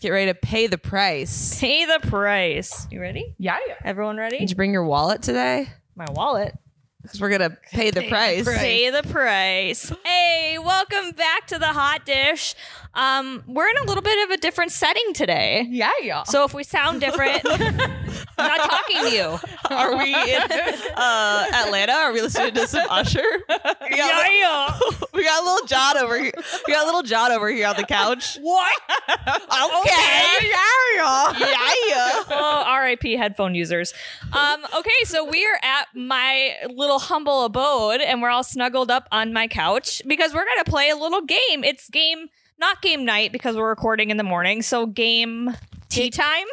get ready to pay the price. Pay the price. You ready? Yeah, yeah. Everyone ready? Did you bring your wallet today? My wallet. Because we're gonna pay the price. Pay the price. Hey, welcome back to the hot dish. Um, we're in a little bit of a different setting today. Yeah, yeah. So if we sound different, I'm not talking to you. Are we in uh, Atlanta? Are we listening to some Usher? We got, yeah. we got a little John over here. We got a little John over here on the couch. What? Okay. Yeah, yeah. oh, RIP headphone users. Um, okay, so we are at my little humble abode and we're all snuggled up on my couch because we're going to play a little game. It's game, not game night because we're recording in the morning. So game tea time,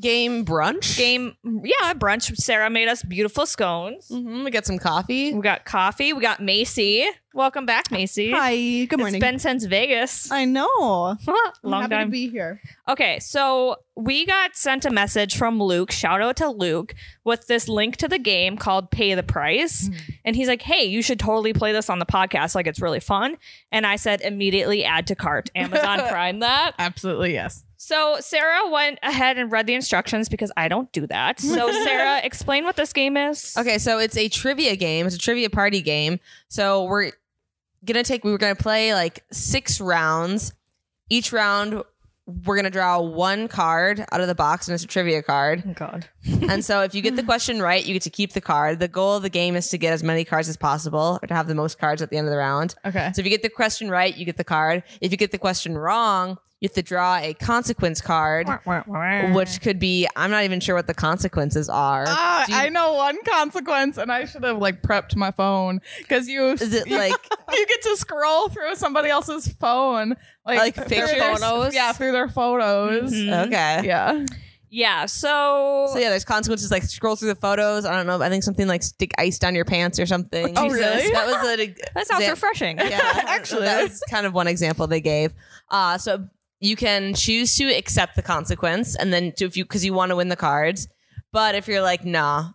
Game brunch. game, yeah, brunch. Sarah made us beautiful scones. hmm we got some coffee. Mm-hmm. We got coffee. We got Macy. Welcome back, Macy. Hi. Good It's been since Vegas. I know. I'm Long happy time. to be here. Okay, so we got sent a message from Luke. Shout out to Luke with this link to the game called Pay the Price. And he's like, "Hey, you should totally play this on the podcast. Like it's really fun." And I said, "Immediately add to cart. Amazon Prime that." Absolutely, yes. So Sarah went ahead and read the instructions because I don't do that. So Sarah, explain what this game is. Okay, so it's a trivia game. It's a trivia party game. So we're gonna take. We were gonna play like six rounds. Each round, we're gonna draw one card out of the box, and it's a trivia card. Oh, God. and so, if you get the question right, you get to keep the card. The goal of the game is to get as many cards as possible, or to have the most cards at the end of the round. Okay. So if you get the question right, you get the card. If you get the question wrong, you have to draw a consequence card, which could be I'm not even sure what the consequences are. Ah, Do you- I know one consequence, and I should have like prepped my phone because you Is it like you get to scroll through somebody else's phone, Like through pictures? their- Photos? yeah, through their photos. Mhm. okay? Yeah, Oh, Yeah. So, So yeah, there's consequences like scroll through the photos. I don't know. I think something like stick ice down your pants or something. Oh, really? That was a that sounds Yeah. refreshing. yeah. Actually, that was kind of one example they gave. Uh, so you can choose to accept the consequence, and then to, if you because you want to win the cards. But if you're like, nah,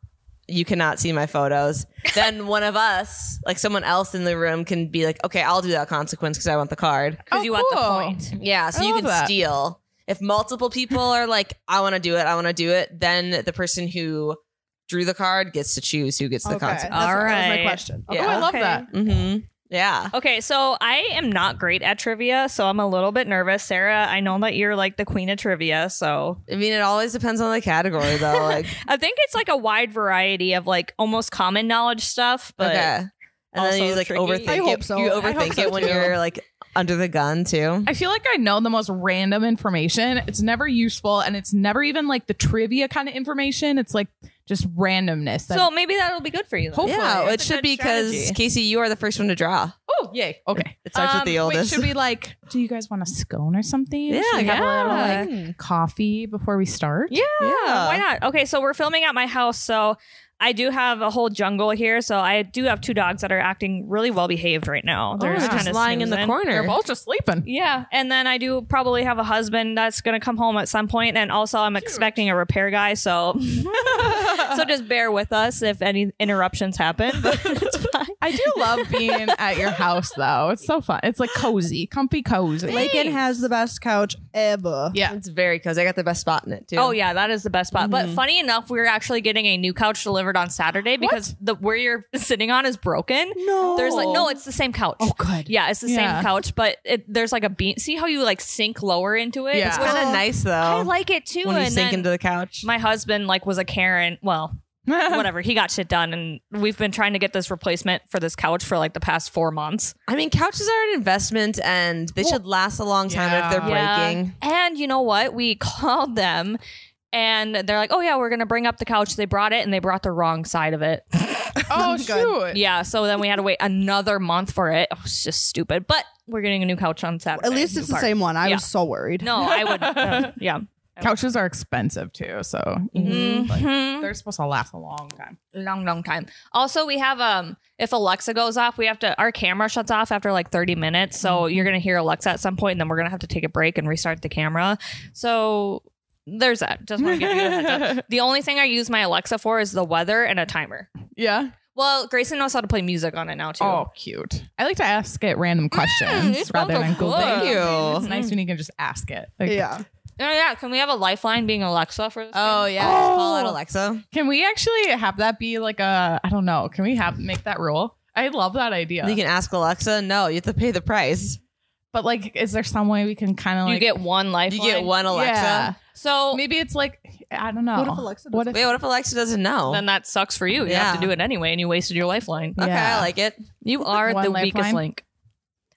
you cannot see my photos, then one of us, like someone else in the room, can be like, okay, I'll do that consequence because I want the card. Cuz Oh, you want the cool. point. Yeah, so I you love can that. steal. If multiple people are like, I want to do it, I want to do it, then the person who drew the card gets to choose who gets the Okay. consequence. That's- All That was right. my question. Yeah. Oh, I love Okay. that. Mm-hmm. Yeah. Okay, so I am not great at trivia, so I'm a little bit nervous. Sarah, I know that you're like the queen of trivia, so I mean, it always depends on the category, though. Like, I think it's like a wide variety of like almost common knowledge stuff, but okay. And then also you like tricky. overthink I it. hope so. You I hope overthink so, it when too. you're like under the gun too. I feel like I know the most random information. It's never useful, and it's never even like the trivia kind of information. It's like just randomness. that- so maybe that'll be good for you. then. Hopefully. yeah, it That's a should good be because strategy. Casey, you are the first one to draw. oh yay, okay. It starts Um, with the wait, Wait, oldest. should we like? Do you guys want a scone or something? Yeah, Should we have a little yeah. like coffee before we start? Yeah, Yeah. why not? Okay, so we're filming at my house, so I do have a whole jungle here, so I do have two dogs that are acting really well behaved right now. Oh, they're There's just kinda lying in the snoozing. corner. They're both just sleeping. Yeah, and then I do probably have a husband that's going to come home at some point, and also I'm expecting a repair guy, so so just bear with us if any interruptions happen. But it's fine. I do love being at your house though. It's so fun. It's like cozy, comfy, cozy. Lakin has the best couch ever. yeah. It's very cozy. I got the best spot in it too. Oh yeah, that is the best spot. But funny enough, we're actually getting a new couch delivered on Saturday because the where you're sitting on is broken. No. There's like no, it's the same couch. good. Yeah, it's the Yeah. same couch, but it, there's like a beam. See how you like sink lower into it? Yeah. It's It's kinda- kind of nice though. Oh. I like it too. when you and sink then- into the couch. my husband like was a Karen. Well, whatever. He got shit done, and we've been trying to get this replacement for this couch for like the past four months. I mean, couches are an investment and they should last a long time if they're breaking. And you know what? We called them, and they're like, "Oh yeah, we're gonna bring up the couch." They brought it, and they brought the wrong side of it. Oh shoot. yeah. So then we had to wait another month for it. It was just stupid. But we're getting a new couch on Saturday. At least New it's the part. same one. I Yeah. was so worried. No, I would. uh, yeah. Couches are expensive too, so Mm-hmm. Mhm. they're supposed to last a long time. long long time also we have um if alexa goes off we have to our camera shuts off after like 30 minutes so Mm-hmm. you're gonna hear alexa at some point and then we're gonna have to take a break and restart the camera so there's that just want to give you a heads up the only thing i use my alexa for is the weather and a timer Yeah. well grayson knows how to play music on it now too Oh, cute. I like to ask it random questions it sounds rather than so Google. good. Thank you. It's nice when you can just ask it. Like, Yeah. Oh yeah, can we have a lifeline being Alexa for this? Oh yeah, Oh. just call out Alexa. Can we actually have that be like a I don't know? Can we have make that rule? I love that idea. You can ask Alexa. No, you have to pay the price. but like, is there some way we can kind of game? like you get one You lifeline. get one Alexa. Yeah. So Maybe it's like I don't know. What if Alexa What doesn't- Wait, Oh. what if Alexa doesn't know? then that sucks for you. You have to Yeah. do it anyway, and you wasted your lifeline. okay, Yeah. I like it. You are One the lifeline. weakest link.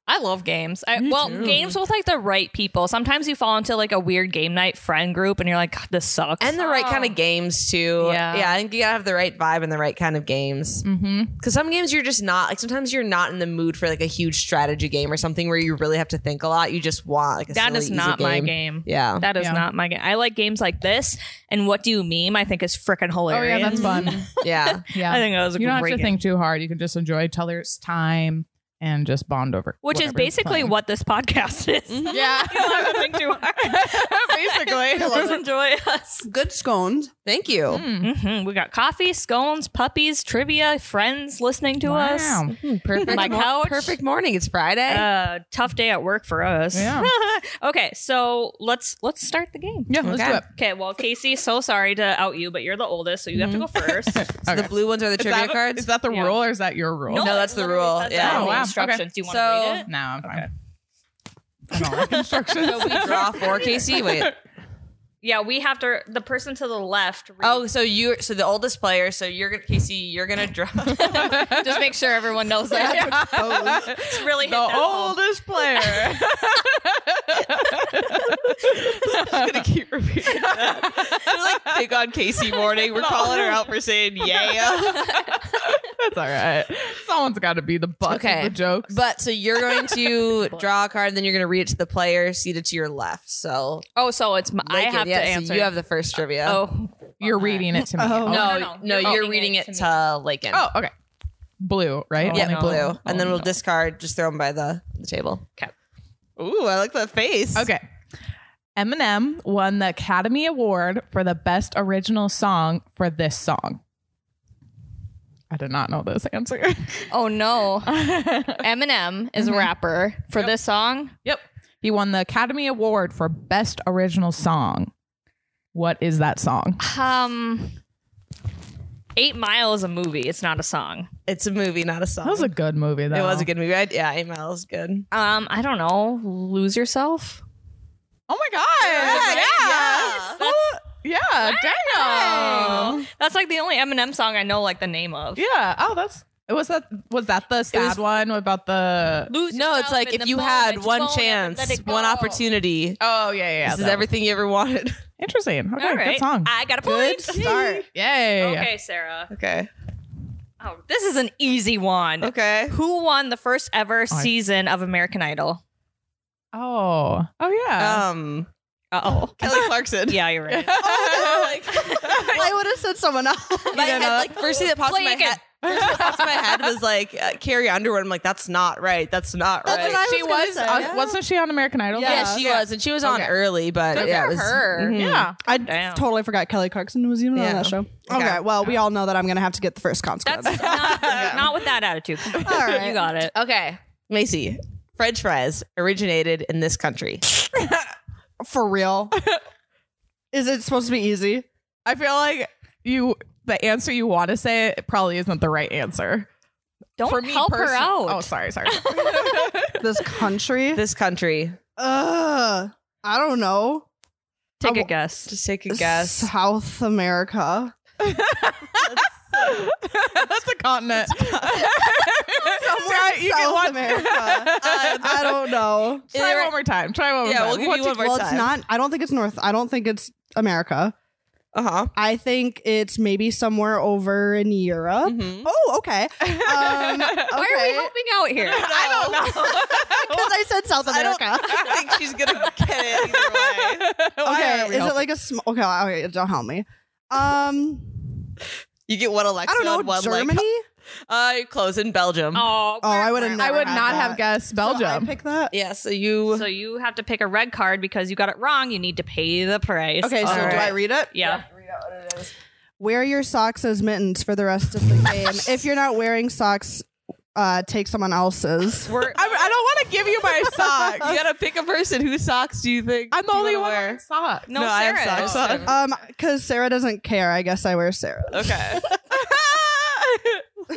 I love games. I, Me well, too. games with like the right people. Sometimes you fall into like a weird game night friend group, and you're like, God, this sucks. And the right kind Oh. of games too. Yeah. yeah. I think you gotta have the right vibe and the right kind of games. Mm-hmm. Because some games you're just not like. Sometimes you're not in the mood for like a huge strategy game or something where you really have to think a lot. You just want like a that silly, is easy not my game. game. Yeah. That is Yeah. not my game. I like games like this. And what do you meme? I think is freaking Oh hilarious. yeah, that's fun. yeah. Yeah, I think that was a you don't have great to game. think too hard. You can just enjoy each other's time and just bond over. Which is whatever you're basically playing. what this podcast Mm-hmm. is. Yeah, you don't have to think too hard. basically. Just enjoy us. Good scones. Thank you. Mm. hmm We got coffee, scones, puppies, trivia, friends listening to us. Wow. Hmm, Perfect. My couch. Perfect morning. It's Friday. Uh, tough day at work for us. Yeah. okay, so let's let's start the game. Yeah, let's Okay. do it. Okay, well, Casey, so sorry to out you, but you're the oldest, so you have to go Mm-hmm. first. So Okay. The blue ones are the Is trivia that- cards. Is that the Yeah. rule or is that your rule? No, that's it the literally rule. says that Yeah. in the Oh, wow. Instructions. Do you want to So- read it? No, I'm fine. Okay. I don't like instructions. so we draw four, Casey. Wait. Yeah, we have to. The person to the left. reads- Oh, so you so the oldest player. So you're gonna Casey. You're gonna draw. just make sure everyone knows that. It's really hit the that home. oldest player. Just gonna keep repeating. like pick on Casey morning. We're calling her out for saying yeah. That's all right. Someone's got to be the butt Okay. of the jokes. But so you're going to draw a card, and then you're gonna read it to the player seated to your left. So Oh, so it's my, I Lincoln, have yeah, to so answer. you have the first trivia. oh, You're reading it to me. Oh. no, no, no, no. you're, reading it, to, Lakin. Oh, okay. Blue, right? Oh, yeah, no. blue, Oh, and then we'll no. discard. Just throw them by the, the table. 'Kay. Ooh, I like that face. Okay. Eminem won the Academy Award for the best original song for this song. I did not know this answer. Oh no, Eminem is Mm-hmm. a rapper for this song. yep. He won the Academy Award for best original song. What is that song? Um, Eight Mile is a movie. It's not a song. it's a movie, not a song. That was a good movie, though. It was a good movie. I, yeah, Eight Mile is good. Um, I don't know. Lose yourself. Oh my god! yeah. Oh, yeah, dang. That's like the only Eminem song I know like the name of. Yeah. Oh, that's was that was that the sad was- one about the? Lose No, it's yourself like in if the you moment, had you one won't ever let chance, it one go. opportunity, Oh yeah, yeah. this is that everything you ever wanted. one. Interesting. Okay, All right, good song. I got a point. Good start. Yay. Okay, Sarah. Okay. Oh, this is an easy one. Okay. Who won the first ever I- season of American Idol? Oh. Oh yeah. Um, Uh oh. Kelly Clarkson. yeah, you're right. I would have said someone else. My head, like first thing that pops in Play my again. head. First thing that pops in my head was like uh, Carrie Underwood. I'm like, that's not right. That's not That's right. what I she was Oh. gonna was. say, uh, yeah. Wasn't she on American Idol? yeah, Yeah. she was, and she was on Okay. early, but Good yeah, for it was, her. mhm. Yeah. I Damn. totally forgot Kelly Clarkson was even Yeah. on that show. Okay. Okay. well, we all know that I'm going to have to get the first consequence. That's not, not with that attitude. right. You got it. Okay, Macy. French fries originated in this country. For real. Is it supposed to be easy? I feel like you. The answer you want to say probably isn't the right answer. Don't For me, help her person- out. Oh, sorry, sorry. This country? This country. Ugh. I don't know. Take a guess. Just take a guess. South America. That's a continent. Try- you get South one- America. I, I don't know. Try one more time. Try one more Yeah, time. we'll give What you do one more well, time. it's not. I don't think it's North. I don't think it's America. Uh huh. I think it's maybe somewhere over in Europe. Mm-hmm. Oh, okay. Um, Why are we okay. helping out here? I don't know. Because I said South America. I think she's gonna get it either way. Why Okay, are we is it helping? like a small? Okay, okay, don't help me. Um, You get one Alexa. I don't and know. One Germany. Like, uh, you're close in Belgium. Oh, oh, I would have. I would not have guessed I Belgium. pick that. Yeah. So you. So you have to pick a red card because you got it wrong. You need to pay the price. Okay, so All do right. I read it? yeah. Wear your socks as mittens for the rest of the game. if you're not wearing socks, uh, take someone else's. We're, I, I don't want to give you my socks. you gotta pick a person. Whose socks do you think? I'm the do you only wanna one Wear? wearing socks. No, I have socks on. Sarah. Um, because Sarah doesn't care. I guess I wear Sarah. Okay.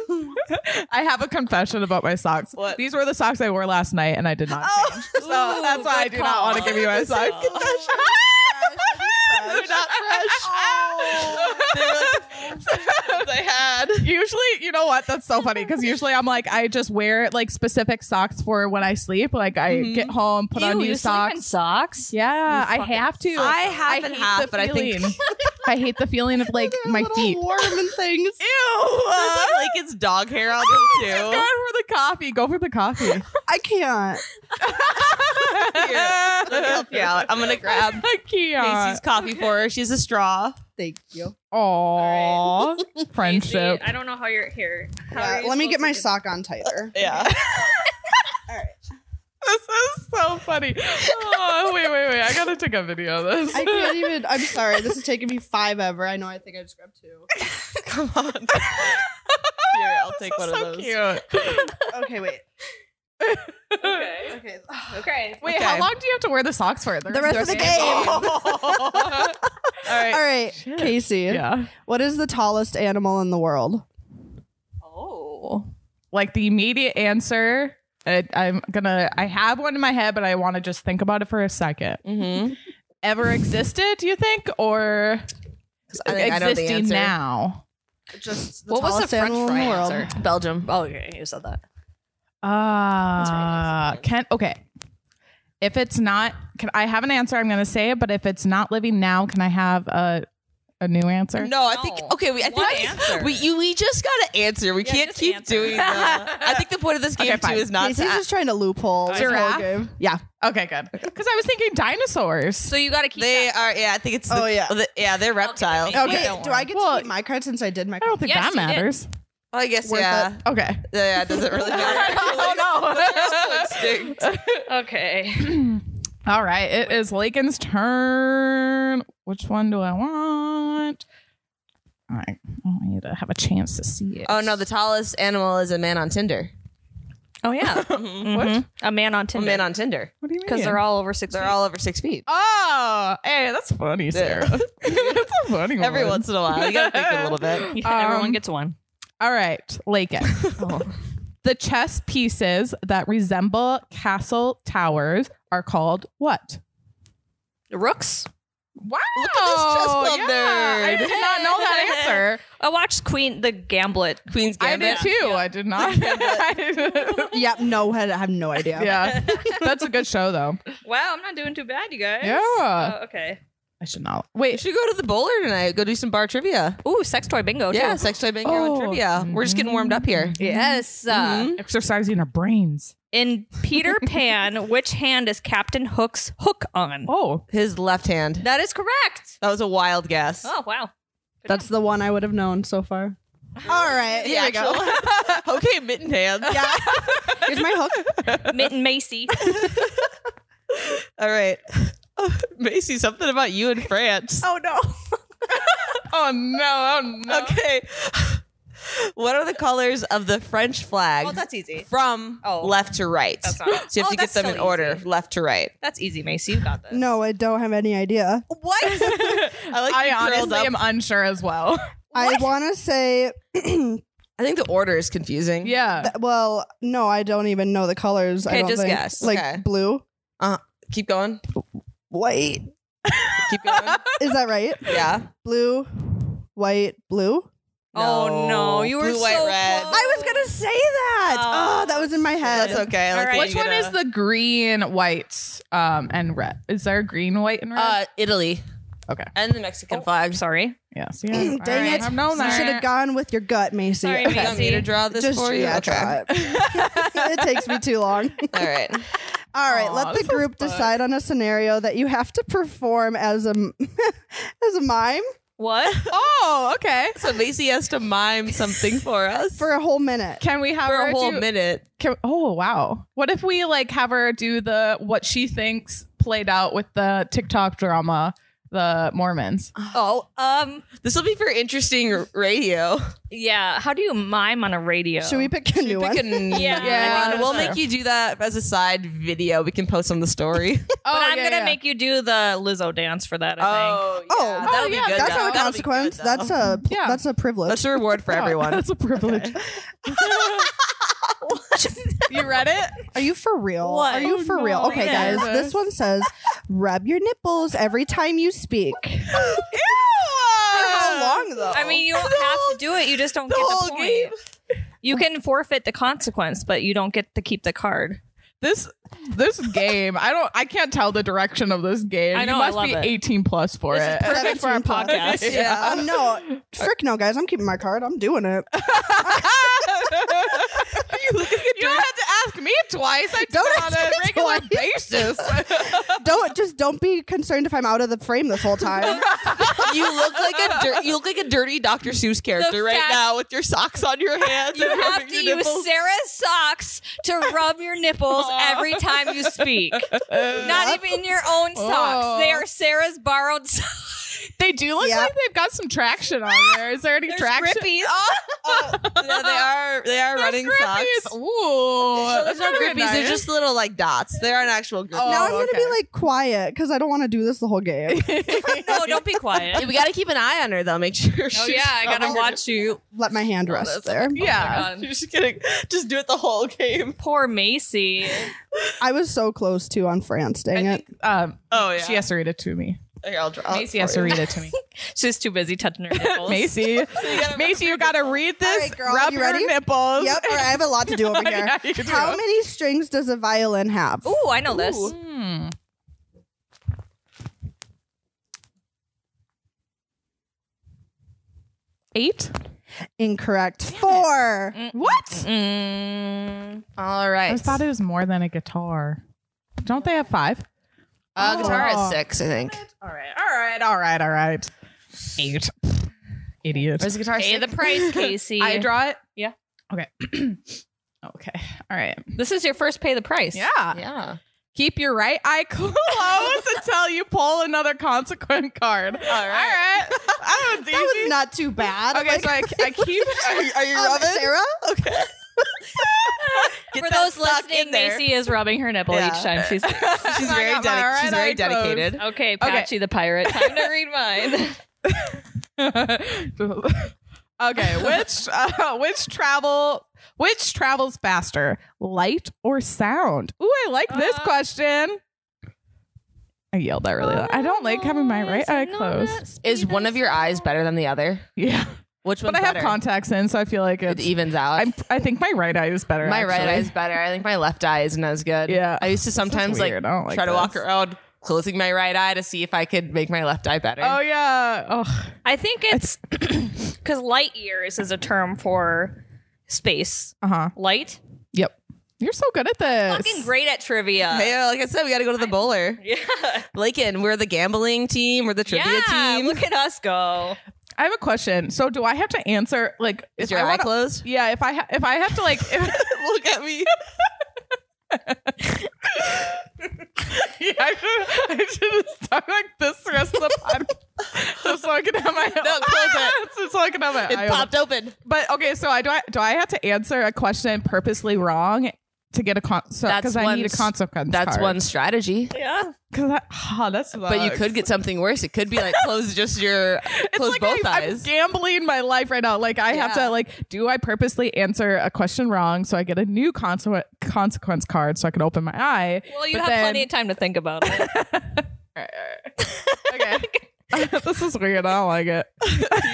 I have a confession about my socks. What? These were the socks I wore last night, and I did not change. So that's why I good do not want to call. give you my Good socks. call. They're not fresh. They were the ones I had. Usually, you know what? That's so funny because usually I'm like, I just wear like specific socks for when I sleep. Like I get home, put on Ew, new you sleep in socks. socks? Yeah, I have to. I have and hate half, the but I think- feeling. I hate the feeling of like They're a my little feet. warm and things. There's like it's dog hair on them Just too. go for the coffee. Go for the coffee. I can't. Let me help you out. I'm gonna grab Casey's coffee for her. She's a straw. Thank you. Aww, friendship. I don't know how you're here. Yeah, let me get my sock on tighter. Yeah. All right. This is so funny. Oh, wait, wait, wait. I gotta take a video of this. I can't even. I'm sorry. This is taking me five ever. I know. I think I just grabbed two. Come on. Here, I'll take one This is of so those. cute. Okay, wait. Okay. Okay. Okay. Wait, Okay. how long do you have to wear the socks for? The, game. All right. All right, Shit. Casey. Yeah. What is the tallest animal in the world? Oh. Like the immediate answer. I, I'm gonna. I have one in my head, but I want to just think about it for a second. Mm-hmm. Ever existed? Do you think, or I think I know the existing answer. now? Just What was the tallest French animal in fry the world. answer? Belgium. Oh, okay. You said that. Ah, uh, can okay. If it's not, can I have an answer? I'm gonna say it, but if it's not living now, can I have a a new answer? No, I think No. okay. We, I One think answer. we you, we just gotta answer. We Yeah, can't just keep answer. doing that. I think the point of this game Okay, fine. too is not to. Casey's just trying to loophole this Giraffe? whole game. Yeah. Okay, good. Because I was thinking dinosaurs. So you got to keep. they that. are. Yeah, I think it's. Oh, the- yeah. the- yeah, they're reptiles. Okay. Wait, don't do worry. I get Well, to keep my card since I did my I don't card? think Yes, that you did. matters. Well, I guess Worth yeah. Okay. Yeah, it doesn't really matter. Oh Extinct. okay. no. All right, it is Lakin's turn. Which one do I want? All right, I want you to have a chance to see it. Oh no, the tallest animal is a man on Tinder. Oh yeah. What? Mm-hmm. A man on A Tinder. man on Tinder. What do you mean? Because they're all over six. They're all over six feet. Oh, hey, that's funny, Sarah. that's a funny one. Every once in a while, you gotta think a little bit. Yeah, everyone um, gets one. All right, Lakin. Oh. The chess pieces that resemble castle towers are called what? Rooks. Wow! Look at this chess club nerd. Oh, I did not know that answer. I watched Queen the Gamblet. Queen's I Gambit. did too. I did not. Yeah, no, I have no idea. yeah, that's a good show though. Wow, I'm not doing too bad, you guys. Yeah. Oh, okay. I should not. We Wait. should go to the bowler tonight. Go do some bar trivia. Ooh, sex toy bingo. yeah, Too. sex toy bingo and Oh. trivia. We're just getting warmed up here. Yes. Uh, Mhm. Exercising our brains. In Peter Pan, which hand is Captain Hook's hook on? Oh, His left hand. That is correct. That was a wild guess. Oh wow. That's the one I would have known so far. All right, The here we go. actual- okay, mitten hands. Yeah. Here's my hook. Mitten Macy. All right. Macy, something about you and France. Oh no. oh no! Oh no! Okay. What are the colors of the French flag Oh, that's easy. from Oh. left to right? That's not- so you have Oh, to get that's them so in order, easy. left to right. That's easy, Macy. You got this. No, I don't have any idea. What? I like I you curled honestly up. am unsure as well. I want to say, I think the order is confusing. Yeah. well, no, I don't even know the colors. I Okay, don't just think. guess. Like Okay. blue, Keep going. white. Keep going. Is that right? yeah. Blue, white, blue. Oh no, you were Blue, white, so red. close. I was gonna say that. Oh. Oh, that was in my head. That's okay. I like All that right. you Which one get is a- the green, white, um, and red? Is there a green, white, and red? uh, Italy? Oh, Okay. And the Mexican I'm flag. sorry. yeah. See, Mm, Dang I, all right, it! I've known you that. should have gone with your gut, Macy. Sorry, You Macy. want me to draw this Just for you? yeah, okay. try it. it takes me too long. All right. All right, Aw, let this the is group fun. decide on a scenario that you have to perform as a as a mime What? Oh, okay. So Macy has to mime something for us for a whole minute. Can we have for her a whole do, minute. Can, oh wow! What if we like have her do the what she thinks played out with the TikTok drama? the Mormons. Oh, um, This will be for interesting r- radio. yeah. How do you mime on a radio? Should we pick a new one? Pick a new Yeah, one. I think We'll so. make you do that as a side video. We can post on the story. Oh, but I'm yeah, gonna yeah. make you do the Lizzo dance for that. I think. Oh, that'll oh, be yeah, good. That's though. not a That'll be good, consequence. though. That's a pl- Yeah. that's a privilege. Oh, that's a reward for everyone. That's a privilege. you read it? Are you for real? What? Are you Oh, for no. real? Okay, Yeah. guys. This one says, "Rub your nipples every time you speak." Ew! long though? I mean, you don't have to do it. You just don't Oh. the get the whole point. game. You can forfeit the consequence, but you don't get to keep the card. This this game, I don't, I can't tell the direction of this game. I know, you I must love be it. 18 plus for This is it. perfect for our 17 plus. podcast. Yeah. Um, no, frick no, guys. I'm keeping my card. I'm doing it. you don't have to ask me twice. I do Don't it on ask a me regular twice. basis. Don't just don't be concerned if I'm out of the frame this whole time. you look like a dir- you look like a dirty Dr. Seuss character right fact- now with your socks on your hands. You and have rubbing to your use nipples. Sarah's socks to rub your nipples Aw. every time you speak. Not even your own socks. Oh. They are Sarah's borrowed socks. they do look Yep. like they've got some traction on there. Is there any They're traction? grippies. Yeah, they are they are running socks. Grippies. Ooh, Those are grippies. They're just little like dots. They aren't actual grippies. Oh, now I'm gonna okay. be like quiet because I don't want to do this the whole game. No, don't be quiet. Yeah, we gotta keep an eye on her though. Make sure. Oh she's yeah, I gotta rubbing her watch you. Oh Let my hand Oh, rest there. yeah. God. You're just gonna just do it the whole game. Poor Macy. I was so close to on France. Dang I it. think, um, Oh yeah. She has to read it to me. Here, I'll draw. Macy has to read it to me. She's too busy touching her nipples. Macy, gotta- Macy, you gotta read this. right, girl, rub you your ready? nipples. Yep. All right, I have a lot to do over here. Yeah, you can do How it. many strings does a violin have? Ooh, I know this. Hmm. Eight. Incorrect. Four. What? Mm. All I right. just thought it was more than a guitar. Don't they have five? Uh, guitar Oh. is six, I think. All right. All right. All right. All right. Eight. Idiot. Where's the guitar? Pay the price, Casey. I draw it. Yeah. Okay. okay. All right. this is your first pay the price. Yeah. Keep your right eye closed until you pull another consequent card. All right. All right. That was easy. That was not too bad. okay, so I, I keep. Are, you- are you Um, rubbing? Sarah? Okay. Get For that those sock in listening, there. Macy is rubbing her nipple Yeah. each time she's. She's I very, got my dedic- right she's very eye closed. dedicated. Okay, Patchy the pirate. Time to read mine. okay, which uh, which travel which travels faster, light or sound? Ooh, I like this Uh, question. I yelled that really loud. I don't like having my right eye closed. Is one of your eyes better than the other? Yeah, Which one's but I have better? contacts in, so I feel like It it's. evens out. I'm, I think my right eye is better. my right actually. eye is better. I think my left eye isn't as good. Yeah. I used to sometimes like, weird. I don't like try to walk this. around closing my right eye to see if I could make my left eye better. Oh yeah. Oh, I think it's because light years is a term for space. uh huh. Light. Yep. You're so good at this. Fucking great at trivia. Hey, like Uh, I said, we got to go to the bowler. Yeah. Lakin, we're the gambling team. We're the trivia yeah. team. Look at us go. I have a question. So do I have to answer like Is if your I eye wanna- closed? Yeah, if I ha- if I have to like if- look at me. yeah, I should, I should have stuck like this the rest of the podcast just so I can have my No, close it. just so I can have my It eye open. popped open. But okay, so I do I do I have to answer a question purposely wrong to get a con so That's because I one need a s- consequence. That's one strategy. Yeah. because oh, that's But you could get something worse. It could be like close just your close like both I, eyes. I'm gambling my life right now. Like I have Yeah. to like, do I purposely answer a question wrong so I get a new conse- consequence card so I can open my eye? Well, you But have then- plenty of time to think about it. Okay, this is weird. I don't like it.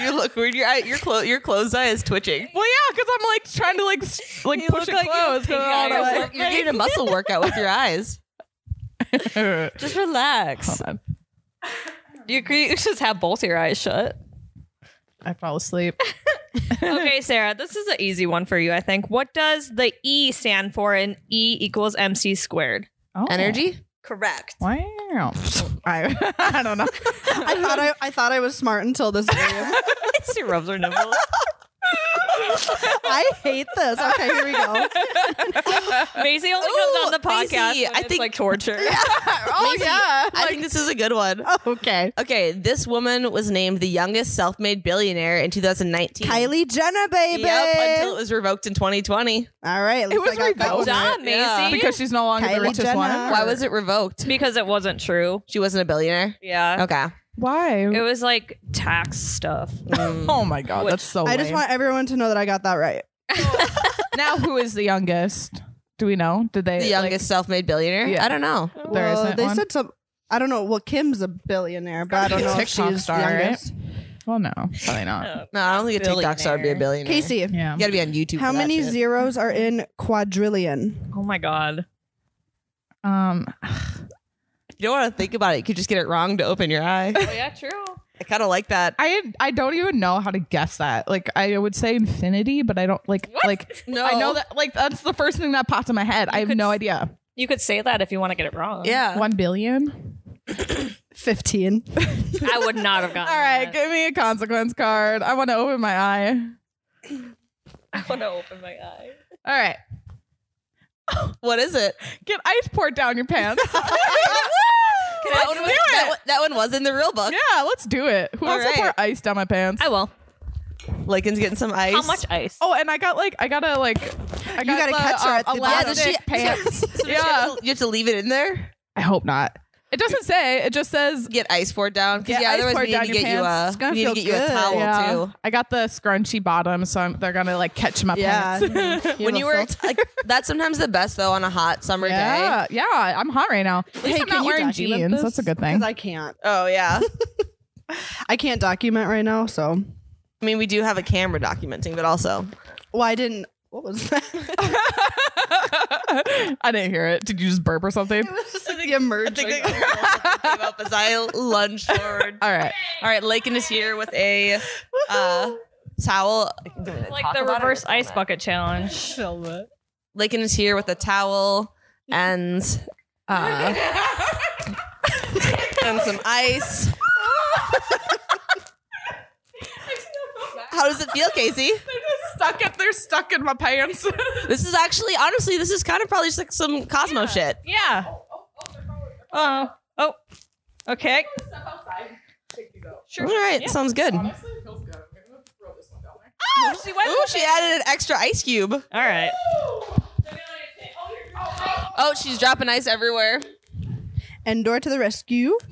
you look weird. Your eye, your clo- your closed eye is twitching. Well, yeah, because I'm like trying to like s- like You push look it like you closed. 'cause I have don't pink wanna, You're Right. getting a muscle workout with your eyes. like- Just relax. Hold on. You, agree- you just have both your eyes shut. I fall asleep. okay, Sarah, this is an easy one for you, I think. What does the E stand for in E equals MC squared? Oh. Energy? Correct. Wow. I, I don't know. I thought I, I thought I was smart until this game. she rubs her nipple. I hate this. Okay, here we go. Maisie only comes on the Ooh, podcast. Maisie, when I it's, think- like torture. oh yeah. I think this is a good one. Okay. Okay, this woman was named the youngest self-made billionaire in 2019. Kylie Jenner, baby. Yep, until it was revoked in 2020. All right. It was revoked. Dumb, Maisie. Yeah. Uh, Because she's no longer the Kylie richest Jenner. one. Why was it revoked? because it wasn't true. She wasn't a billionaire. Yeah. Okay. Why? Um, It was like tax stuff. Mm. oh my god, that's so. I just lame. want everyone to know that I got that right. now. Who is the youngest? Do we know? Did they The like- youngest self-made billionaire. Yeah. I don't know. Oh, There well, isn't they one? said some. I don't know. Well, Kim's a billionaire, but I don't She's know a if TikTok she's star, the youngest. Well, no, probably not. No, I don't think a TikTok star would be a billionaire. Casey, Yeah. you gotta be on YouTube. how for that many shit. zeros are in quadrillion? Oh my god. Um. If you don't want to think about it. You could just get it wrong to open your eye. Oh yeah, true. I kind of like that. I I don't even know how to guess that. Like I would say infinity, but I don't like like No. I know that like that's the first thing that pops in my head. I have could no s- idea. You could say that if you want to get it wrong. Yeah. One billion. Fifteen. I would not have gotten. All right, that. give me a consequence card. I want to open my eye. I want to open my eye. All right, What is it? get ice poured down your pants. That one, was, that, one, that one was in the real book. yeah, let's do it. Who All wants to pour right. ice down my pants? I will. Lincoln's getting some ice. How much ice? oh, and I got like I got a like I got gotta the, catch her um, at Yeah, the- Yeah, does elastic she, pants. so does she have to- you have to leave it in there. I hope not. It doesn't say. It just says Get ice poured down. 'Cause, Get yeah, ice otherwise poured we need down to your get you pants. a It's gonna we need to feel get you a good. towel too. I got the scrunchy bottom, so I'm, they're gonna like catch my Yeah. pants. when you were like that's sometimes the best though on a hot summer day. yeah, yeah, I'm hot right now. At least Hey, I'm can not you wearing document jeans. this? That's a good thing. because I can't. Oh yeah. I can't document right now. So, I mean we do have a camera documenting, but also well, I didn't. What was that? I, didn't hear it. Did you just burp or something? the emerging. came up as I lunged forward. All right. All right, Lakin is here with a uh, towel. like the reverse ice bucket challenge. Lakin is here with a towel and uh, and some ice. How does it feel, Casey? Stuck it. They're stuck in my pants. This is actually, honestly, this is kind of probably just like some Cosmo shit. Yeah. Oh. Oh. Okay. All right, sounds good. Ooh, Oh, She went she added an extra ice cube. All right. Oh, she's dropping ice everywhere. And door to the rescue.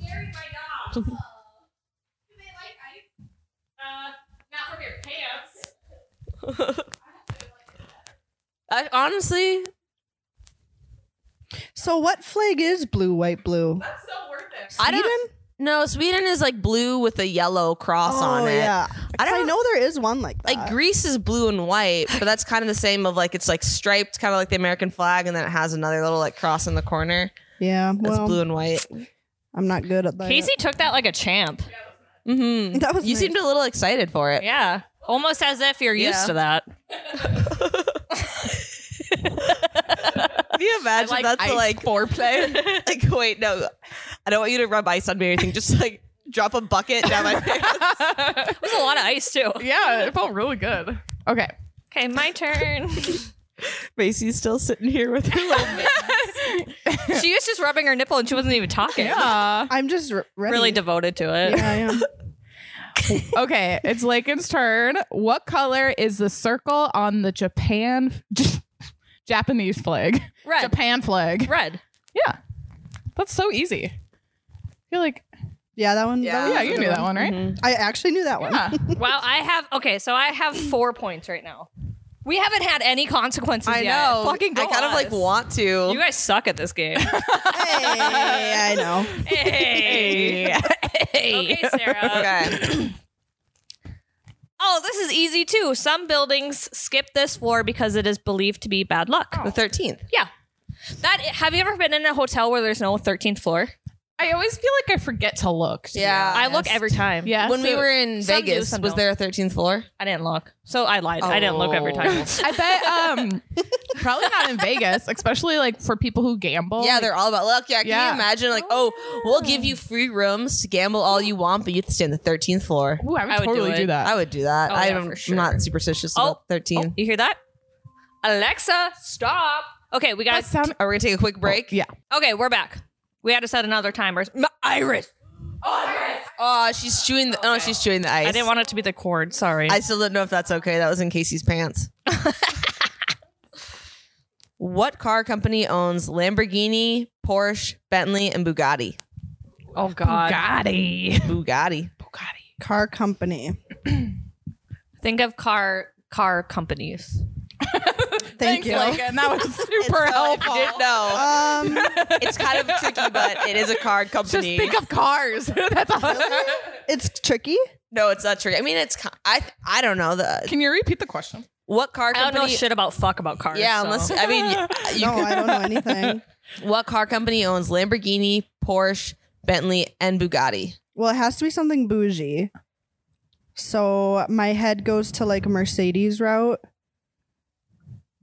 I, honestly, So, what flag is blue, white, blue? I don't. Sweden? No, Sweden is like blue with a yellow cross on it. Oh, yeah. I I don't don't know there is one like that. Like Greece is blue and white, but that's kind of the same of like it's like striped, kind of like the American flag, and then it has another little like cross in the corner. yeah. That's Well, blue and white. I'm not good at that. Casey took that like a champ. Mm-hmm. That was You nice. seemed a little excited for it. Yeah. Almost as if you're used Yeah. to that. Can you imagine I like that's ice like foreplay? like, wait, no, I don't want you to rub ice on me or anything. Just like drop a bucket down my pants. There's a lot of ice too. yeah, it felt really good. Okay. Okay, my turn. Macy's still sitting here with her little. she was just rubbing her nipple and she wasn't even talking. Yeah. I'm just re- ready. Really devoted to it. Yeah, I am. okay, it's Lakin's turn. What color is the circle on the Japan Japanese flag? Red. Japan flag. Red. Yeah. That's so easy. I feel like Yeah, that one. Yeah. that yeah, one's you a knew good that one, right? Mm-hmm. I actually knew that one. Yeah. Wow, I have okay, so I have four points right now. We haven't had any consequences I yet. know. Fucking go I kind of like us. want to. You guys suck at this game. Hey, I know. hey. Okay, Sarah. okay. Oh, this is easy too. Some buildings skip this floor because it is believed to be bad luck. Oh. The thirteenth. Yeah. That have you ever been in a hotel where there's no 13th floor? I always feel like I forget to look. Yeah. I look every time. Yeah. When we so- were in some do, Vegas, some was don't. there a 13th floor? I didn't look. So I lied. I didn't look every time. I bet um probably not in Vegas, especially like for people who gamble. yeah, they're all about luck. Yeah, can Yeah. you imagine? Like, oh, we'll give you free rooms to gamble all you want, but you have to stay on the 13th floor. Ooh, I would, I would do totally it. do that. I would do that. Oh, yeah, I'm for sure. not superstitious Oh, about 13. You hear that? Alexa, stop. Okay, oh, we that got. sound Are we going to take a quick break? yeah. Okay, we're back. We had to set another timer. M- Iris. Oh, she's chewing the, oh, she's chewing the ice. I didn't want it to be the cord. Sorry. I still don't know if that's okay. That was in Casey's pants. what car company owns Lamborghini, Porsche, Bentley, and Bugatti? oh God. Bugatti. Bugatti. Bugatti. Car company. Think of car car companies. Thank Thanks, you. Logan. That was super helpful. did know. Um, It's kind of tricky, but it is a card Just company. think of cars. That's all. it's tricky. no, it's not tricky. I mean, it's ki- I I don't know the Can you repeat the question? what car I don't know company. shit about fuck about cars. yeah, so. unless I mean, you- No, I don't know anything. what car company owns Lamborghini, Porsche, Bentley, and Bugatti? Well, it has to be something bougie. So my head goes to like Mercedes route,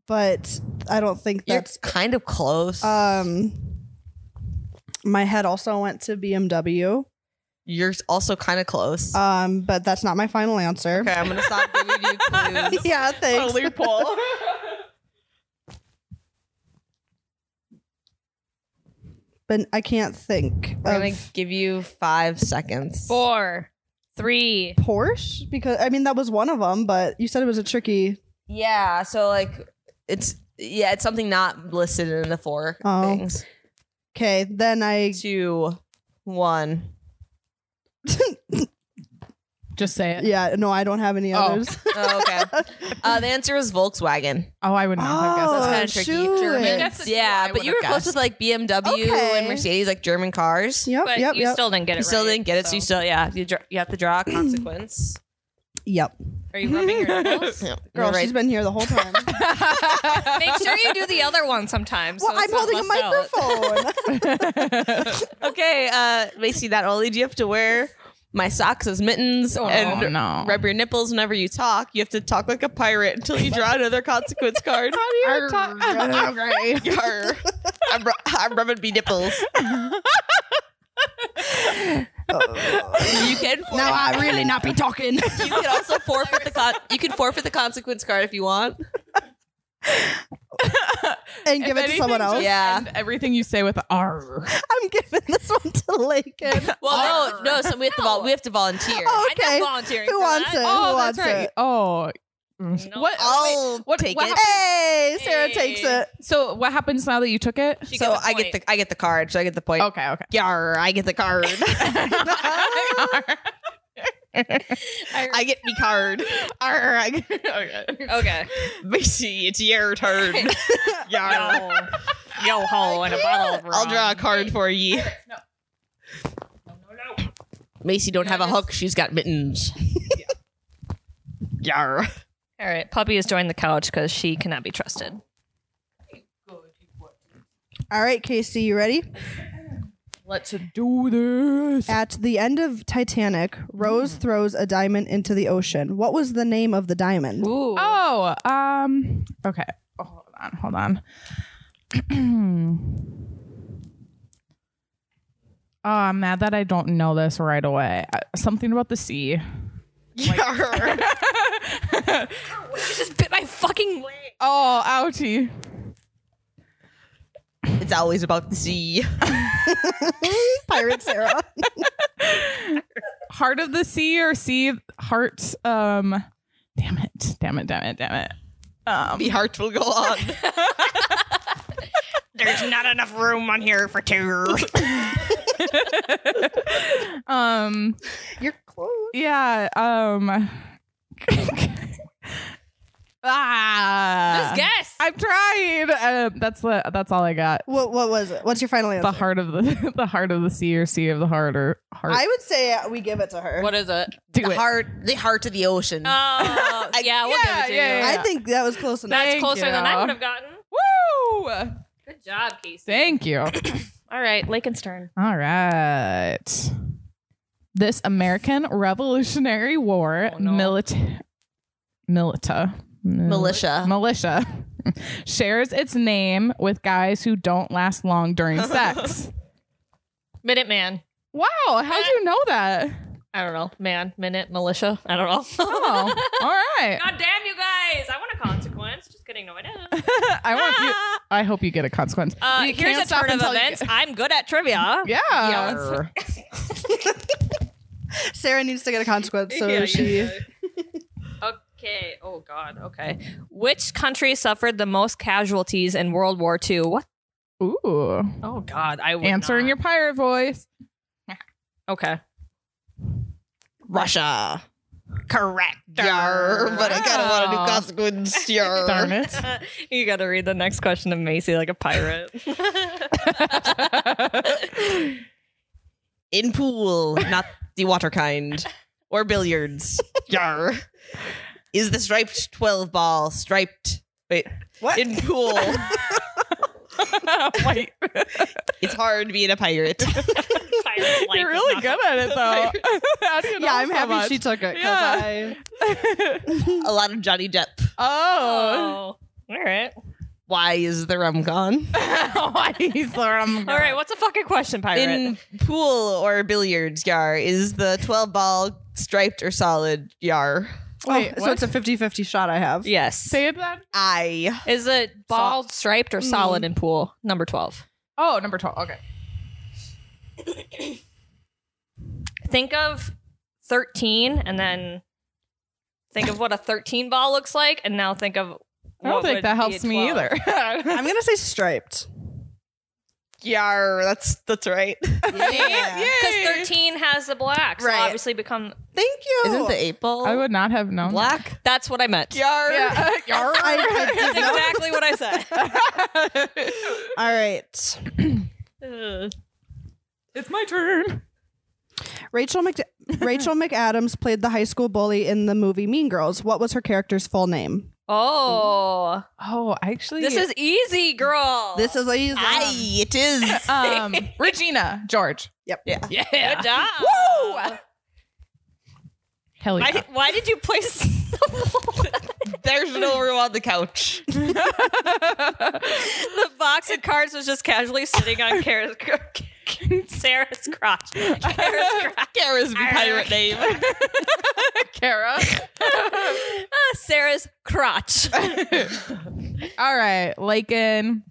but I don't think You're that's. kind of close. Uh, Um, my head also went to BMW, You're also kind of close. um, but that's not my final answer. okay, I'm gonna stop giving you clues. Yeah, thanks. loophole. But I can't think We're gonna of give you five seconds. four, three. Porsche because I mean that was one of them, but you said it was a tricky. Yeah, so like it's yeah, it's something not listed in the four Oh. things. Okay, then I Two, one. Just say it. yeah no I don't have any Oh. others. Oh, okay. uh, the answer is Volkswagen. Oh, I would not have guessed Oh, that. kinda tricky. German. That's the two yeah, I but you were would've close with like BMW Okay. and Mercedes, like German cars. Yep, But yep, you yep. still didn't get it. You still right, didn't get it, so, you still yeah. You, dr- you have to draw a consequence. yep. Are you rubbing your nose? Yeah, you're Girl, right. she's been here the whole time. Make sure you do the other one sometimes. well, so I'm it's not holding a left out. microphone. okay, uh, Macy. Not only do you have to wear my socks as mittens and Oh, no. rub your nipples whenever you talk, you have to talk like a pirate until you draw another consequence card. Arr, okay. Yarr. I'm, ru- I'm rubbing me nipples. you can for- now Oh, I really not be talking. you can also forfeit the con- you can forfeit the consequence card if you want. and give If it to anything, someone else. just Yeah. end Everything you say with R. I'm giving this one to Lakin. Well, no, Oh, no. So we have to vol- we have to volunteer. Oh, I'm Okay. not volunteering. Who for wants that. it? Who wants it? Oh. No. What? I'll what- take what it. happened? Hey, Sarah takes Hey. it. So what happens now that you took it? She so gets a I get point. the I get the card. So I get the point. Okay. Okay. Yarr, I get the card. I get me card. Arr, I get- okay. Okay. Macy, it's your turn. Yarr. Yo ho and a bottle of rum. I'll draw a card for ye. Macy don't have a hook. She's got mittens. Yarr. All right. Puppy has joined the couch because she cannot be trusted. All right, Casey, you ready? Let's do this. At the end of Titanic, Rose Hmm. throws a diamond into the ocean. What was the name of the diamond? Ooh. Oh. Um. Okay. Oh, hold on. Hold on. oh, I'm mad that I don't know this right away. Uh, something about the sea. Yarr. You just bit my fucking leg. Oh, ouchie. it's always about the sea. Pirate Sarah. Heart of the sea or sea heart. Um. Damn it. Damn it. Damn it. Damn it. Um. The heart will go on. There's not enough room on here for two. Um. You're close. Yeah. Um. ah. Just guess. I'm trying. Uh, that's the. That's all I got. What what was it? What's your final answer? The heart of the the heart of the sea or sea of the heart or heart. I would say uh, we give it to her. what is it? do the it. heart, the heart of the ocean. Oh, yeah, we'll yeah, give it to yeah, you. yeah. I think that was close enough. That's Thank closer than I you. would have gotten. Woo! Good job, Casey. Thank you. All right, Lakin's turn. All right. This American Revolutionary War Oh, no. milita- milita Militia. militia shares its name with guys who don't last long during sex. Minuteman. wow, how'd you know that? I don't know. Man, minute, militia. I don't know. Oh, all right. God damn you guys! I want a consequence. Just kidding. No, I didn't. I want you. I hope you get a consequence. Uh, You here's can't a stop turn of until you events. get- I'm good at trivia. yeah. Sarah needs to get a consequence, so she. okay. Oh God. Okay. Which country suffered the most casualties in World War II? What? Ooh. Oh God. I would Answering not. your pirate voice. Okay. Russia. Correct. Yar, but I kind of want to Wow. do consequence. Yar. Darn it. you got to read the next question to Macy like a pirate. In pool, not the water kind, or billiards. Yar. Is the striped 12 ball striped? Wait. What? In pool. Wait, it's hard being a pirate. Pirate life you're is really not- good at it though. How do you know Yeah, I'm so happy much? she took it because Yeah. a lot of Johnny Depp. Oh. oh. All right. Why is the rum gone? Why he's the rum- All right. What's a fucking question, pirate? In pool or billiards, yar. Is the 12 ball striped or solid? Yar. I. Wait, oh, so what? it's a 50 50 shot I have. yes. Say it then. I. Is it ball, striped, or solid in pool? Number 12. Oh, number 12. Okay. Think of 13 and then think of what a 13 ball looks like. And now think of. I don't what think would that be helps a me 12. either. I'm going to say striped. Yar. That's that's right. Yeah. Because 13 has the black. So Right. obviously become. Thank you. Isn't the eight ball I would not have known. black? That's what I meant. Yar. Yeah. Yarr. I- I That's exactly what I said. All right. it's my turn. Rachel, Mc- Rachel McAdams played the high school bully in the movie Mean Girls. What was her character's full name? Oh. Oh, actually. This is easy, girl. This is a. Aye, it is. um Regina George. Yep. Yeah. Good job. Hell Why, did, why did you place the There's no room on the couch. box of cards was just casually sitting on Kara's, Sarah's crotch? Kara's crotch. Kara's my pirate name. Kara. Ah, Sarah's crotch. All right, Lakin.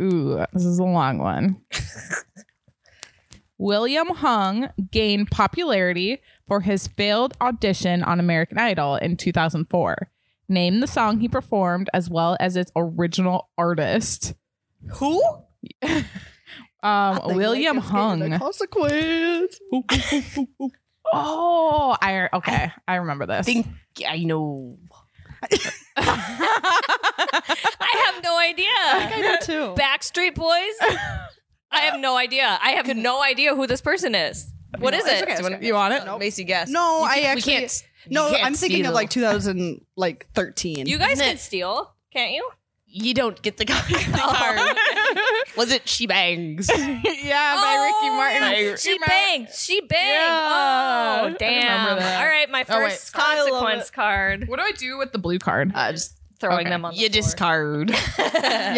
Ooh, this is a long one. William Hung gained popularity for his failed audition on American Idol in 2004. Name the song he performed as well as its original artist. Who? Um, William Hung. Consequence. Oh, I okay. I remember this. I know. I have no idea. I do too. Backstreet Boys? I have no idea. I have no idea who this person is. What is it? okay. you want it? Macy guess. No, I we actually. can't. no, you can't I'm thinking steal. of like 2000, like 13. You guys can steal, can't you? You don't get the card. Was it She Bangs? yeah, Oh, by Ricky Martin. She Remember- banged. She banged. Yeah. I Oh, damn. remember that. All right, my Oh, wait. first I love consequence card. What do I do with the blue card? Uh, just Throwing Okay. them on the you floor. discard. you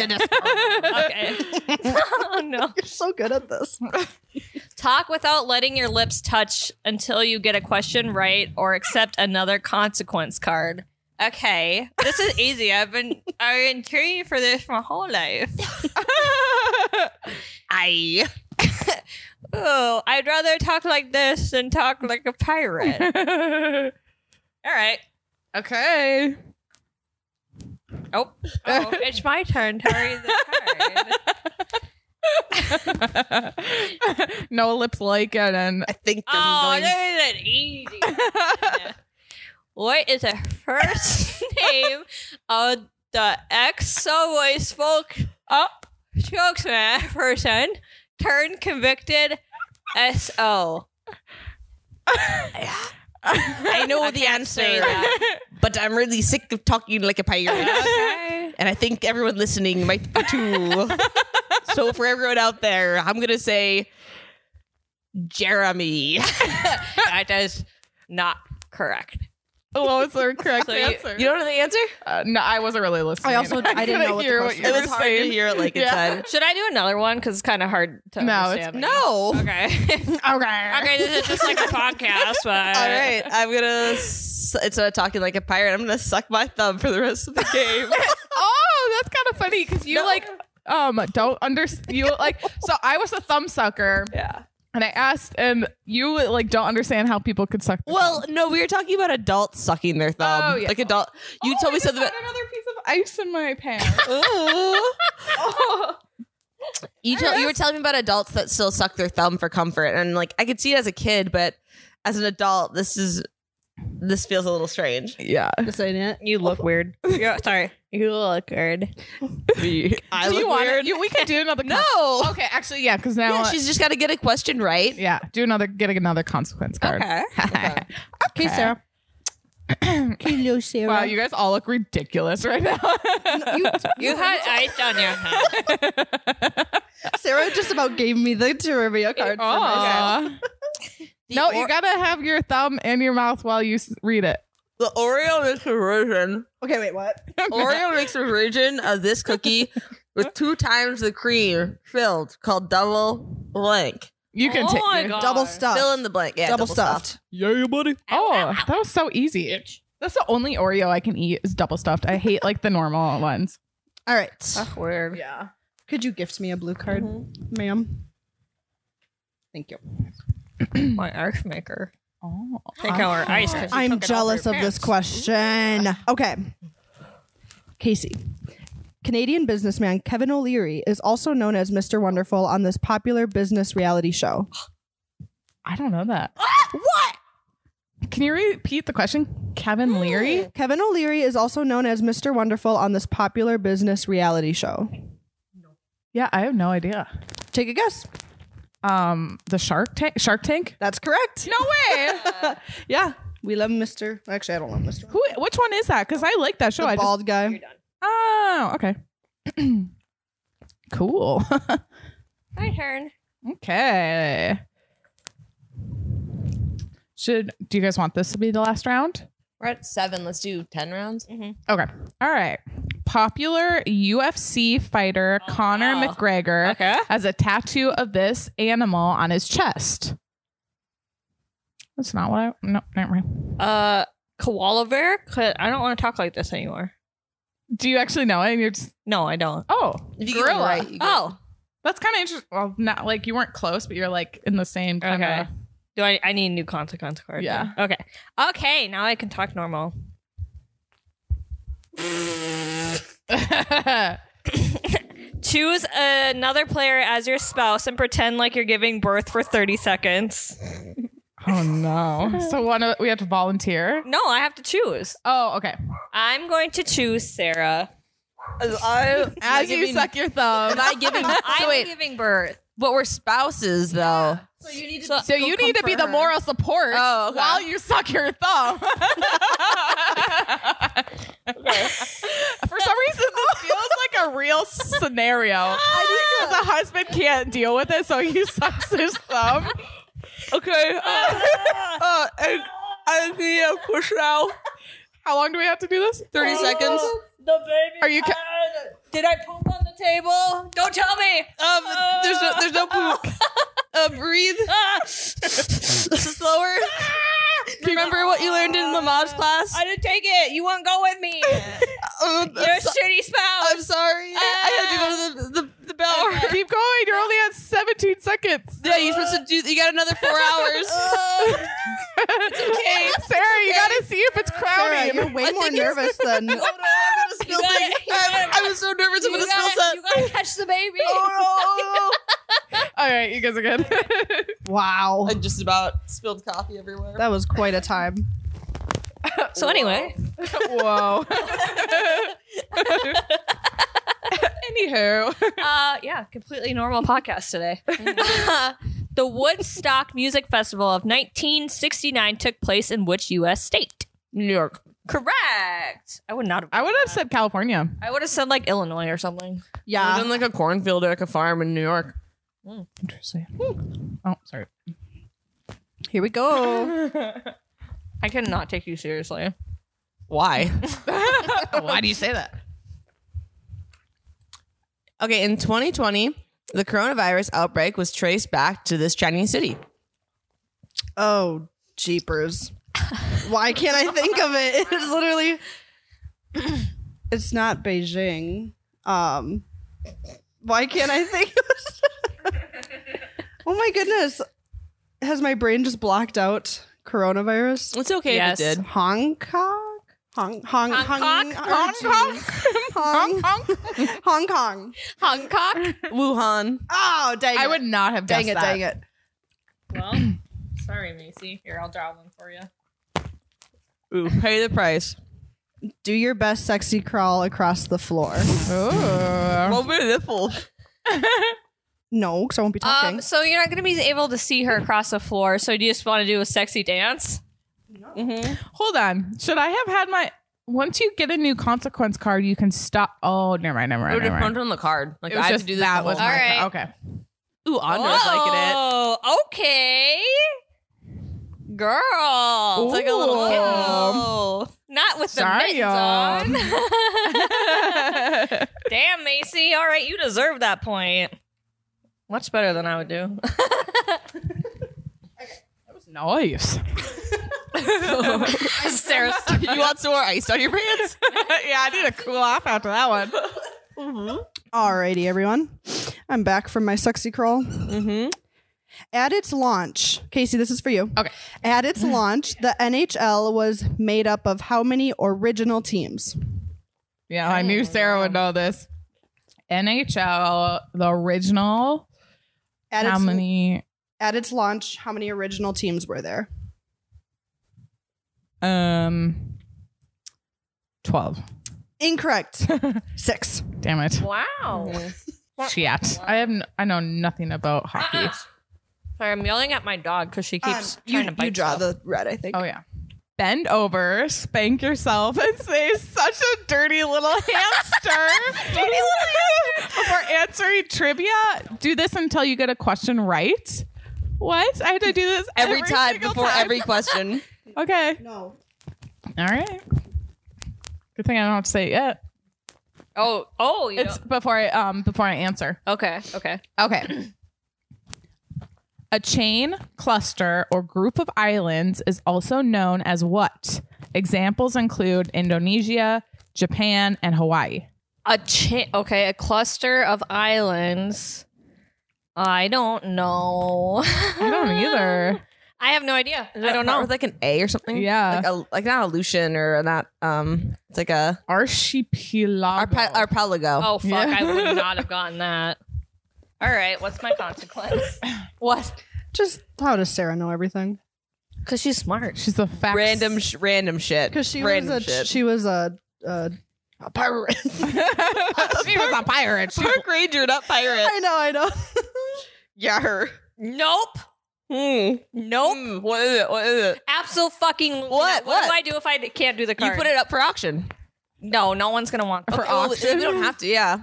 discard. okay. oh no. You're so good at this. Talk without letting your lips touch until you get a question right or accept another consequence card. Okay. This is easy. I've been I've been training for this my whole life. I. Oh, I'd rather talk like this than talk like a pirate. All right. okay. Oh, oh it's my turn to read the card. no lips like it, and I think I'm Oh, going. this is an easy. one. what is the first name of the ex subway spoke up spokesman person turned convicted SO? I know the answer, but I'm really sick of talking like a pirate. Okay. And I think everyone listening might be too. so for everyone out there, I'm gonna say Jeremy. that is not correct. what was the correct So you- answer? You don't know the answer? Uh, no, I wasn't really listening. I also- I didn't couldn't know what the hear question you It was. were was hard to saying. hear it like Yeah. it Should I do another one? Because it's kind of hard to No, it's- understand. said. No. Okay. Okay. okay, this is just like a podcast, but All right, I'm gonna. s- Instead of talking like a pirate, I'm gonna suck my thumb for the rest of the game. Oh, that's kind of funny because you like um don't understand. You like so I was a thumb sucker. Yeah. And I asked, and you like don't understand how people could suck. their well, no, we were talking about adults sucking their thumb. Oh, yeah. Like adult, you Oh, told I me just something. found another piece of ice in my pants. About, Ooh. You tell, you were telling me about adults that still suck their thumb for comfort, and like I could see it as a kid, but as an adult, this is this feels a little strange. yeah. You look weird. Yeah, sorry. You look weird. I do you look want weird. You, we can do another. No. Okay. Actually, yeah. Because now. yeah, she's just got to get a question right. yeah. Do another. Get another consequence card. Okay. Okay, Sarah. okay, little Sarah. Wow, you guys all look ridiculous right now. You had ice on your hand. Sarah just about gave me the trivia card. for myself. Aw. No, you gotta have your thumb in your mouth while you s- read it. The Oreo mixed version. Okay, wait, what? Oreo makes a version of this cookie with two times the cream filled called double blank. You can oh take my your- god. Double stuffed. Fill in the blank. Yeah, double, stuffed. Oh, that was so easy. That's the only Oreo I can eat is double stuffed. I hate like the normal ones. All right. Ugh, weird. yeah. Could you gift me a blue card, Mm-hmm. ma'am? Thank you. My ice maker. Oh, Take our ice. 'cause you I'm took it off jealous your of this pants. question. Okay. Casey. Canadian businessman Kevin O'Leary is also known as Mr. Wonderful on this popular business reality show. I don't know that. Ah! what? Can you repeat the question? Hmm. Kevin Leary? Kevin O'Leary is also known as Mr. Wonderful on this popular business reality show. Yeah, I have no idea. Take a guess. Um, the Shark Tank. Shark Tank. That's correct. No way. Yeah. We love Mr. Actually, I don't love Mr. Who? Which one is that? Because I like that show. the I just, bald guy. oh, okay. cool. My turn. okay. Should do you guys want this to be the last round? We're at seven. Let's do ten rounds. Mm-hmm. Okay. All right. Popular UFC fighter Conor wow. McGregor Okay. has a tattoo of this animal on his chest. That's not what I. No, not right. Uh, koala bear. 'Cause I don't want to talk like this anymore. Do you actually know it? And you're just No, I don't. oh, If you get them gorilla. right, you get- Oh, That's kind of interesting. Well, not like you weren't close, but you're like in the same kind okay. of. Do I? I need a new consequence card. Yeah. Okay. Okay. Now I can talk normal. Choose another player as your spouse and pretend like you're giving birth for 30 seconds. oh no! So one of we have to volunteer. No, I have to choose. Oh, okay. I'm going to choose Sarah. As you you suck your thumb. Am I giving? I'm so wait, giving birth. but we're spouses though. So you need to. So you need to be the moral support Oh, okay. while you suck your thumb. For some reason, this feels like a real scenario. But the husband can't deal with it, so he sucks his thumb. Okay. Uh, uh, I, I think I push out How long do we have to do this? thirty Oh. seconds. The baby. Are you ca- Did I poop on the table? Don't tell me. Um, there's no, there's no poop. Uh, breathe Ah, slower. Remember what you learned in the mom's class? I didn't take it. You won't go with me. Uh, You're a shitty spouse. I'm sorry. I had to go to the, the, the bell. Keep going. You're only at 17 seconds. Yeah, you're supposed to do. You got another four hours. Oh, Sarah, you gotta see if it's Sarah, crowding. you're way more nervous than. Oh, You got it. You got it. I was so nervous You about the spill gotta, set. you gotta catch the baby. All right, you guys are good. Wow. I just about spilled coffee everywhere. That was quite a time. So anyway, Whoa. Anywho. uh, yeah, completely normal podcast today. the Woodstock Music Festival of 1969 took place in which U.S. state? New York. Correct. I would not. Have I would have said California. I would have said like Illinois or something. Yeah. Yeah. in like a cornfield or like a farm in New York. Interesting. Oh, sorry. Here we go. I cannot take you seriously. Why? Why do you say that? okay, in 2020, the coronavirus outbreak was traced back to this Chinese city. oh, jeepers. Why can't I think of it? It's literally It's not Beijing. Um why can't I think of Oh my goodness. Has my brain just blocked out coronavirus? It's okay Yes. if it did. Hong Kong? Hong Hong Hong Hong Hong Kong? Kong Hong Hong Kong? Hong Kong. Hong Kong. Wuhan. Oh dang it. I would not have dang guessed it, that. dang it. well, sorry, Macy. Here, I'll draw one for you. Ooh, pay the price. Do your best sexy crawl across the floor. Ooh. Well, we're nipples. no, because I won't be talking. Um, so you're not going to be able to see her across the floor. So do you just want to do a sexy dance? Mm-hmm. Hold on. Should I have had my? Once you get a new consequence card, you can stop. Oh, never mind. Never I mind. would Never have mind. printed on the card. Like It I was have to just do this. that was whole- my All okay. Ooh, Andra's liking it. Oh, okay. Girl. It's like a little Ooh. kitten. Oh, not with the Sorry, mittens y'all. on. Damn, Macy. All right, you deserve that point. Much better than I would do. Nice. Sarah, You want some more ice on your pants? yeah, I need a cool off after that one. Alrighty, everyone. I'm back from my sexy crawl. mm-hmm. At its launch, Casey, this is for you. Okay. At its launch, the NHL was made up of how many original teams? Yeah, I knew Sarah would know this. NHL, the original. At how its, many? At its launch, how many original teams were there? Um, twelve. Incorrect. Six. Damn it. wow. Shit. I have. N- I know nothing about hockey. Uh-uh. Sorry, I'm yelling at my dog because she keeps Um, trying you, to bite. you draw stuff. the red, I think. Oh yeah. Bend over, spank yourself, and say such a dirty little hamster. Before answering trivia, do this until you get a question right. What? I had to do this Every, every, time single before time? every question. Okay. No. All right. Good thing I don't have to say it yet. Oh, oh, you It's before I um before I answer. don't- okay, okay. Okay. A chain, cluster, or group of islands is also known as what? Examples include Indonesia, Japan, and Hawaii. A chain, okay, a cluster of islands. I don't know. I don't either. I have no idea. I don't Not know. With like an A or something. Yeah. Like a like not a Lucian or not. Um, it's like a Archipelago. arpe- arpelago. Oh fuck! Yeah. I would not have gotten that. All right, what's my consequence? what? Just how does Sarah know everything? Because she's smart. She's the fact. Random, sh- random shit. Because she random was a she was a, a, a pirate. she was a pirate. She- Park ranger, not pirate. I know, I know. Yeah. her. Nope. Hmm. Nope. Hmm. What is it? What is it? Absolute fucking. What? What? What, do I do if I d- can't do the card? You put it up for auction. No, no one's gonna want. For auction. We don't have to. Yeah.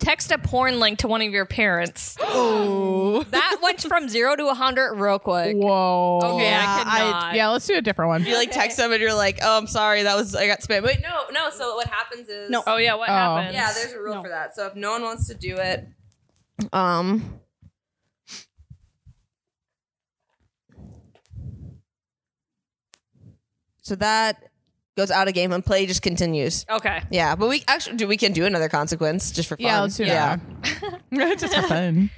Text a porn link to one of your parents. that went from zero to a hundred real quick. Whoa. Okay, Yeah, I I- cannot. Yeah, let's do a different one. You like text them and you're like, oh, I'm sorry, that was I got spam. Wait, no, no. So what happens is No. Oh yeah, what Oh. happened? Yeah, there's a rule for that. So if no one wants to do it, um, so that goes out of game and play just continues. okay. Yeah, but we actually do. We can do another consequence just for fun. Yeah, let's do yeah. yeah. Just for fun.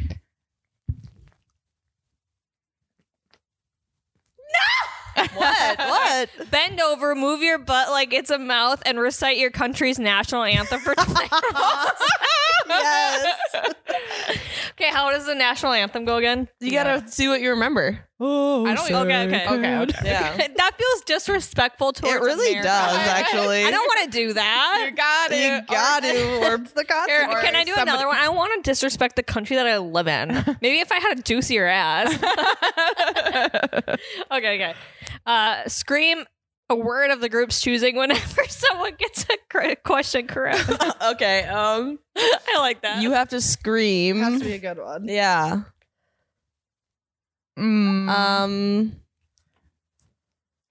What? What? Bend over, move your butt like it's a mouth, and recite your country's national anthem for twenty yes. Okay, how does the national anthem go again? You gotta see what you remember. Oh, I don't. Okay, okay, Okay, okay. Yeah, it that feels disrespectful towards. really America. does actually. I don't want to do that. got You got to. Or It's the concept. Here, can I do somebody- another one? I want to disrespect the country that I live in. Maybe if I had a juicier ass. okay, okay. Uh, scream a word of the group's choosing whenever someone gets a cor- question correct. okay. Um, I like that. you have to It has scream. to be a good one. Yeah. Mm. Um.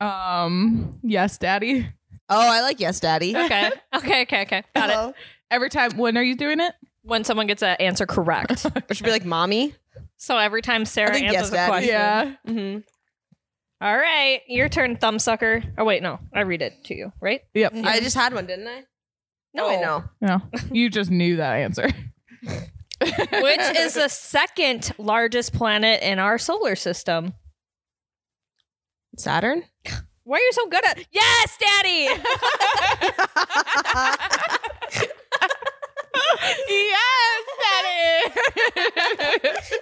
um, yes, daddy. Oh, I like yes, daddy. okay. Okay. Okay. Okay. Got it. Hello. Every time, when are you doing it? When someone gets an answer correct, Which would be like mommy. so every time Sarah I think answers yes, a Daddy. question, Yeah. Mm-hmm. All right, your turn, thumbsucker. Oh wait, no, I read it to you, right? Yep. I just had one, didn't I? No, oh, wait, no. No, you just knew that answer. Which is the second largest planet in our solar system? Saturn. Why are you so good at? Yes, Daddy. yes, that is.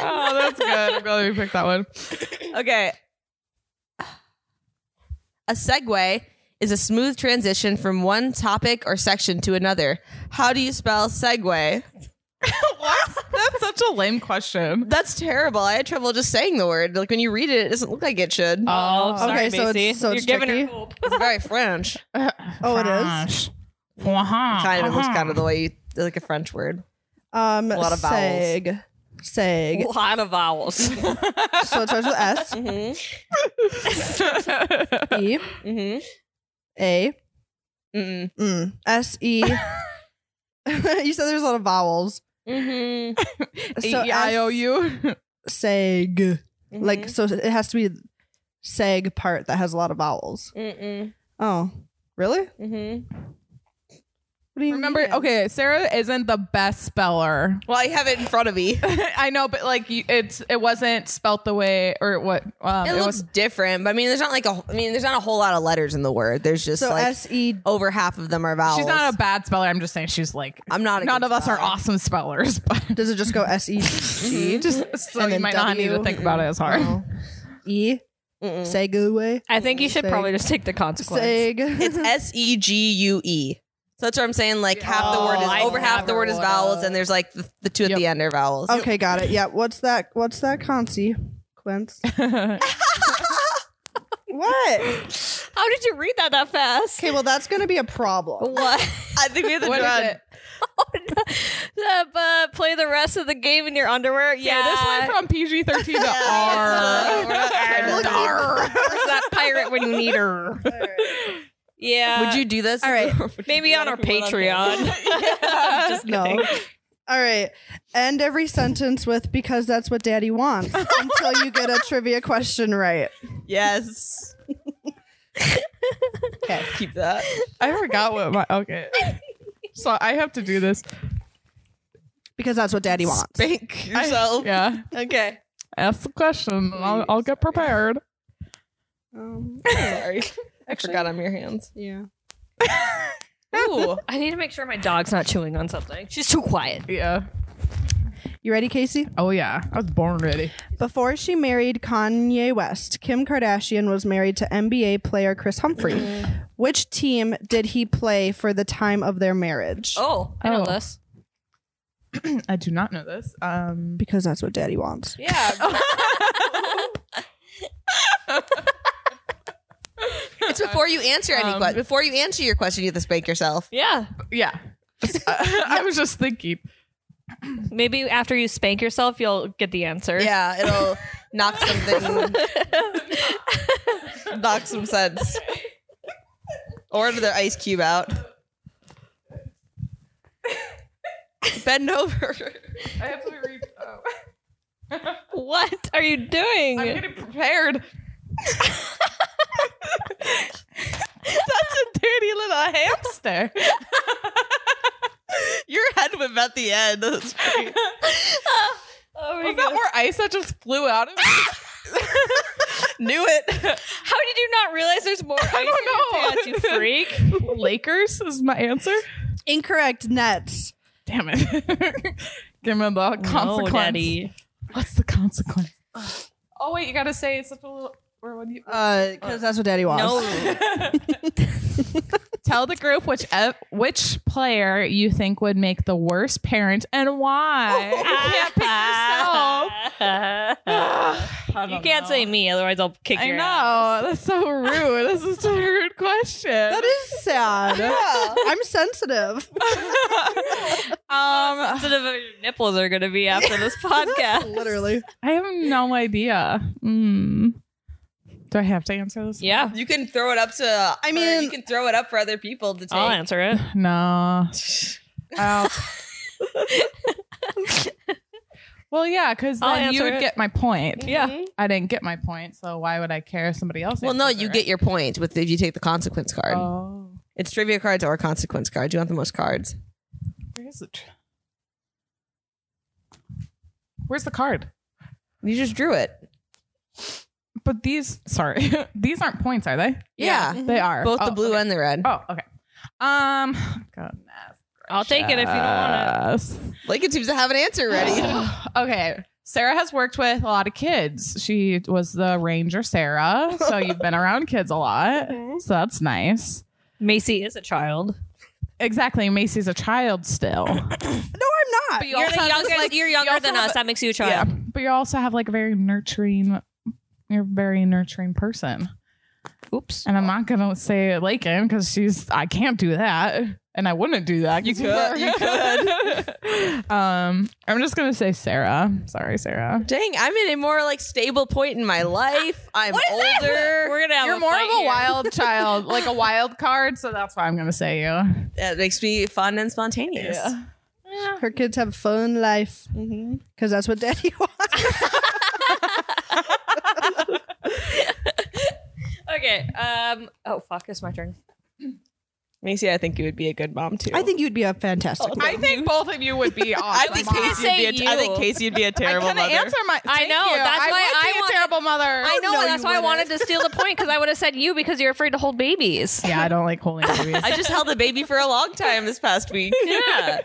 oh, that's good. I'm glad we picked that one. Okay. A segue is a smooth transition from one topic or section to another. How do you spell segue? That's such a lame question. That's terrible. I had trouble just saying the word. Like when you read it, it doesn't look like it should. Oh, sorry, Okay, so it's- Macy. so it's You're giving her tricky. hope. It's very French. Oh, it is? is. Wow. Kind of it looks kind of the way you like a French word. Um, A lot of vowels. seg. Seg. A lot of vowels. So it starts with S, Mm-hmm. E, Mm-hmm. A, Mm-mm. mm, S, E. You said there's a lot of vowels. Mm-hmm. So E E-I-O-U. S- Seg. Mm-hmm. Like, so it has to be seg part that has a lot of vowels. Mm-mm. Oh, really? What Mm-hmm. do you Remember, mean? okay, Sarah isn't the best speller. Well, I have it in front of me. I know, but like you, it's it wasn't spelt the way or what um, It, it, looks was. different, but I mean, there's not like a. I mean, there's not a whole lot of letters in the word. There's just So like S, E, over half of them are vowels. She's not a bad speller. I'm just saying she's like I'm not. A none good of us are speller. awesome spellers, but does it just go S, E, G? just so And you then might not need to W. think about it as hard. Oh. E, Mm-mm. segue. I think you should Seg. probably just take the consequence. Seg. Mm-hmm. It's S E G U E. So that's what I'm saying. Like half the word Oh, I is over half the never word is would've. vowels, and there's like the, the two at Yep. the end are vowels. Okay, got it. Yeah, what's that? What's that consequence? what? How did you read that that fast? Okay, well that's gonna be a problem. What? I think we have to What is draw- it? Uh, but play the rest of the game in your underwear. Yeah, Yeah, this went from PG thirteen to R. We're not trying to- Where's that pirate when you need her? Yeah. Would you do this? all right. maybe on our Patreon? Just No. kidding. All right. End every sentence with because that's what daddy wants until you get a trivia question right. yes. okay, keep that. I forgot what my okay. So I have to do this. Because that's what daddy wants. Spank yourself. Yeah, Okay. ask the question. I'll, I'll get prepared. Um, Sorry. I forgot I'm your hands. yeah. Ooh. I need to make sure my dog's not chewing on something. She's too quiet. Yeah. You ready, Casey? Oh yeah, I was born ready. Before she married Kanye West, Kim Kardashian was married to NBA player Chris Humphrey. Which team did he play for the time of their marriage? Oh, I know Oh. this. I do not know this. Um, Because that's what daddy wants. Yeah. It's before you answer any Um, question. Before you answer your question, you have to spank yourself. yeah. yeah. I was just thinking. Maybe after you spank yourself, you'll get the answer. Yeah, it'll knock something, knock some sense, or the ice cube out. Bend over. I have to read. Oh. What are you doing? I'm getting prepared. That's a dirty little hamster. Your head went at the end. That's great. oh my Was that God. more ice that just flew out of me? Knew it. How did you not realize there's more ice I in your don't pants, you know. freak? Lakers is my answer. Incorrect nets. Damn it. Give me the consequence. What's the consequence? Oh wait, you gotta Uh, say it's such a little. Or when you. Because that's what daddy wants. No. Tell the group which ev- which player you think would make the worst parent and why. you can't pick yourself. you can't say me, otherwise I'll kick I your ass. know that's so rude. this is a rude question. That is sad. I'm sensitive. um, Instead of your nipples are going to be after this podcast. Literally. I have no idea. Mm. Do I have to answer this? Yeah, You can throw it up to. I or mean- you can throw it up for other people to take. Oh, I'll answer it. No. Oh. well, yeah, because I'll then you answer would it. get my point. Yeah. I didn't get my point, so why would I care if somebody else? Well, no, you get your point with if you take the consequence card. Oh, It's trivia cards or consequence cards. You want the most cards. where's it? Where's the card? You just drew it. But these, sorry, these aren't points, are they? Yeah. Mm-hmm. They are. Both Oh, the blue okay. and the red. Oh, okay. Um, goodness. I'll take it if you don't want Yes. Lincoln seems to have an answer ready. okay. Sarah has worked with a lot of kids. She was the ranger Sarah, so you've been around kids a lot. Mm-hmm. So that's nice. it. Macy is a child. Exactly. Macy's a child still. No, I'm not. you You're the youngest- you're younger than us. That makes you a But you also have like a very nurturing you're a very nurturing person. Oops. And I'm not gonna say Lakin because she's I can't do that. And I wouldn't do that. You could, you could. um I'm just gonna say Sarah. Sorry, Sarah. Dang, I'm in a more like stable point in my life. I'm older. We're gonna have You're a more fight of a here. wild child, like a wild card, so that's why I'm gonna say you. That makes me fun and spontaneous. Her kids have fun life because that's what daddy wants. Okay. Um. Oh fuck! It's my turn. Macy, I think you would be a good mom too. I think you'd be a fantastic. mom. I think both of you would be awesome. think moms. Casey would say you'd be a- I think you. Casey would be a terrible couldn't mother. answer my. I thank know, you. that's I why would be I a wanted- terrible mother. I know. no, that's you why I wouldn't. wanted to steal the point because I would have said you because you're afraid to hold babies. Yeah, I don't like holding babies. I just held a baby for a long time this past week. Yeah.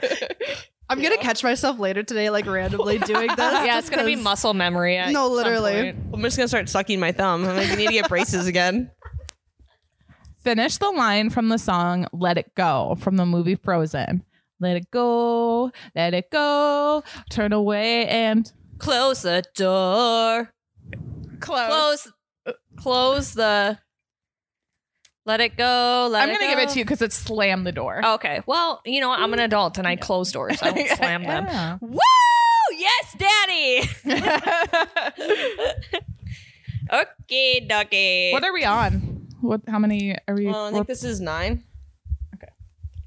I'm gonna catch myself later today, like randomly doing this. yeah. It's just gonna be 'cause- muscle memory. at No, some literally. point. I'm just gonna start sucking my thumb. I'm like, I need to get braces again. Finish the line from the song "Let It Go" from the movie Frozen. Let it go, let it go. Turn away and Close the door. Close. close. Close the. Let it go. Let I'm it gonna give it go. Oh, to you because it's slam the door. Okay. Well, you know what? I'm an adult and I close doors. I don't slam them. Yeah. Woo! Yes, daddy. okay, ducky. What are we on? What? How many are we? Well, Oh, I think this is nine.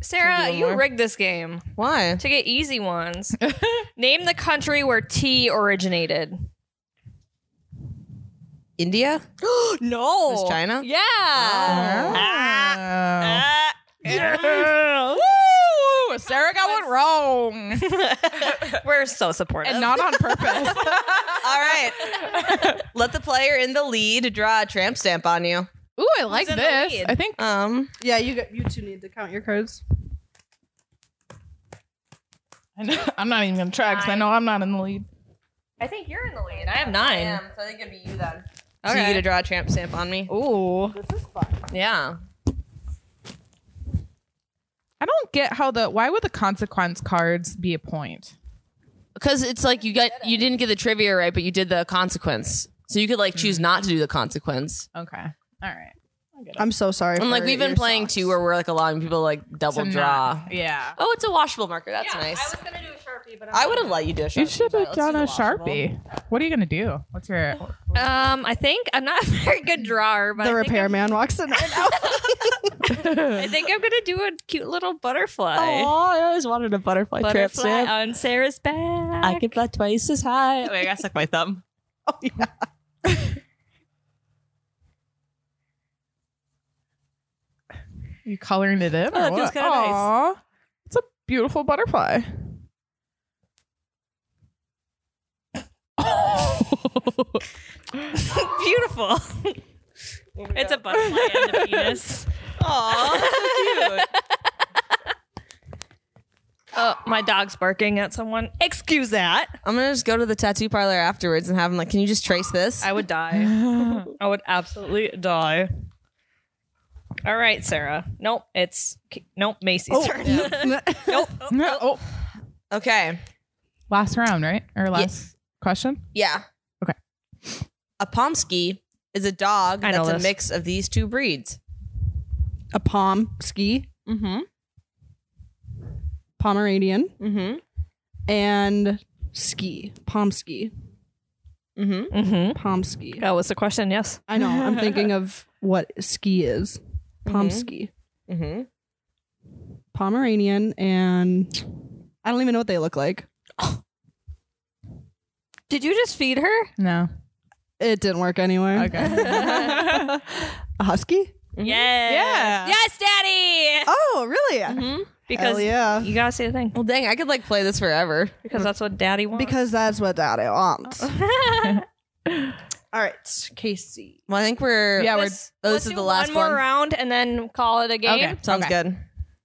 Sarah, Should we do you one more? rigged this game Why? to get easy ones. Name the country where tea originated. India? no. It's China? Yeah. uh, Oh. Ah. Ah. Woo! Sarah got one wrong. We're so supportive. and not on purpose. All right. Let the player in the lead draw a tramp stamp on you. Ooh, I like in the this. lead? I think Um, Yeah, you got, you two need to count your cards. I'm not even gonna try because I know I'm not in the lead. I think you're in the lead. I have nine. so I think it'd be you then. So Okay. you get to draw a tramp stamp on me. Ooh. This is fun. Yeah. I don't get how the why would the consequence cards be a point? Because it's like you got you didn't get the trivia right, but you did the consequence. So you could like choose not to do the consequence. Okay, all right. I'm so sorry. And like for we've been your playing socks. two where we're like allowing people to, like double To draw. not- yeah. Oh, it's a washable marker. That's nice. gonna do a sharpie, but I would have let you do a sharpie. You should but have let's done do a the washable. sharpie. What are you gonna do? What's your? Um, I think I'm not a very good drawer, but The I think I'm- repairman walks in right now. I think I'm gonna do a cute little butterfly. I always wanted a butterfly, butterfly on Sarah's back. fly twice as high. Wait, I gotta suck my thumb. You coloring it in? that feels kinda nice. nice. It's a beautiful butterfly. Beautiful. it's a butterfly and a penis. Aw, Oh, my dog's barking at someone. Excuse that. I'm gonna just go to the tattoo parlor afterwards and have them like, can you just trace this? I would die. I would absolutely die. all right, Sarah. Nope, it's nope, Macy's turn. Nope. No. Oh, Okay. last round, right? Or last question? Yeah. Okay. A Pomsky is a dog I know that's a this. mix of these two breeds. a palm ski, Mm-hmm. Pomeranian, Mm-hmm. and ski, palm ski, Mm-hmm. Mm-hmm. palm ski. That was the question. Yes. I know. I'm thinking of what ski is. Palm ski, Mm-hmm. Pomeranian, and I don't even know what they look like. Did you just feed her? No. It didn't work anywhere. Okay. A husky? Yes. Yeah. Mm-hmm. Yes, Daddy. Oh, really? Mm-hmm. Because Hell yeah. you gotta say the thing. Well, dang, I could like play this forever. Because that's what Daddy wants. Because that's what Daddy wants. All right, Casey. Well, I think we're Yeah, we're Let's- Oh, this let's is do the last one more one. round and then call it a game. Okay. sounds good.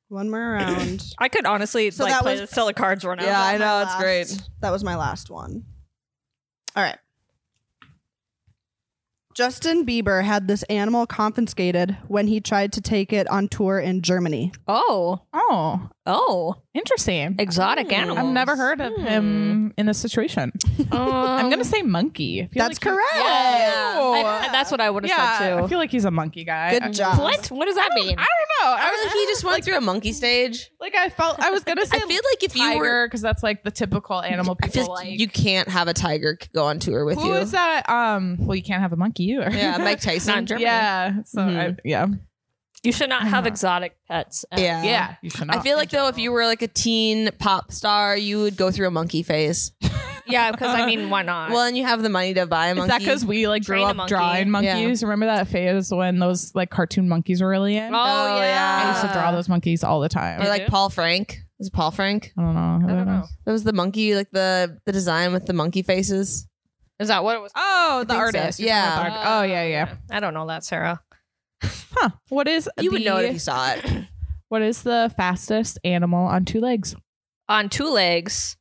One more round. I could honestly So like that play was- this till the cards run out. Yeah, I That was know, my it's last- That was my last one. All right. Justin Bieber had this animal confiscated when he tried to take it on tour in Germany. Oh, Oh, oh, interesting. exotic animal. I've never heard of him in a situation. I'm Oh. gonna say monkey. I feel That's like he- correct. Yeah. Oh. that's what I would have yeah, said I too. feel like he's a monkey guy. Good I- job. What? What does that mean? I don't know. I I was he just went through a monkey stage. like, I felt I was gonna say I feel like if you were, tiger because that's like the typical animal I people feel like. like you can't have a tiger c- go on tour with Who you. is that? Um, well, you can't have a monkey either. Yeah, Mike Tyson. Not in Germany. yeah. So I, Mm-hmm. yeah, You should not have exotic pets. Uh, Yeah. yeah. You should not. I feel like though, if you were like a teen pop star, you would go through a monkey phase. yeah. Because I mean, why not? Well, and you have the money to buy a Is monkey. that because we like grew Train a up monkey. drawing monkeys? Remember that phase when those like cartoon monkeys were really in? oh, Oh, yeah. yeah. I used to draw those monkeys all the time. or like do? Paul Frank? Is it Paul Frank? I don't know. I don't know. That was the monkey, like the the design with the monkey faces. Is that what it was? Oh, the think so. artist. You're Yeah. talking about the art- Oh, yeah, yeah. I don't know that, Sarah. Huh. What is You would the- know it if you saw it. What is the fastest animal on two legs? On two legs,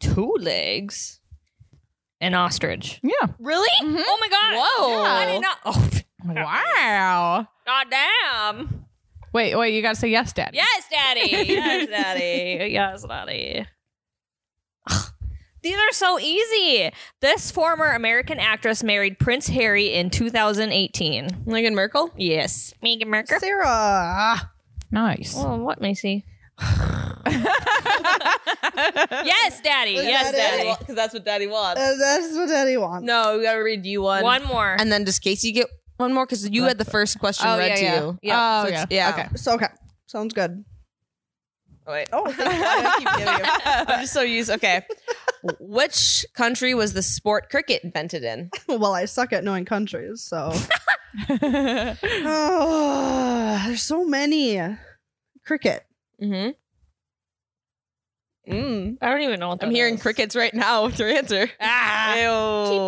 two legs, an ostrich. Yeah. Really? Mhm. Oh my god! Whoa. I did not. Oh, Wow. god damn! Wait, wait. You gotta say yes, Dad. Yes, daddy. Yes, daddy. yes, daddy. These are so easy. This former American actress married Prince Harry in 2018. Meghan Merkel. Yes, Meghan Markle. Sarah. uh, Nice. Oh, what, Macy? yes, daddy. Is Yes, that it? daddy. Because that's what Daddy wants. Uh, that's what Daddy wants. no, we gotta read you one. One more. and then does Casey get one more? Because you had the first question Oh, read yeah, to yeah. you. Yeah. Oh, So yeah. it's- yeah. Okay. So, okay. Sounds good. Oh, wait. Oh, thank you. I keep giving you- I'm just so used. Okay. Which country was the sport cricket invented in? well, I suck at knowing countries, so. oh, there's so many. Cricket. Mm-hmm. Mm. I don't even know what that I'm hearing is. crickets right now with your answer. Ah.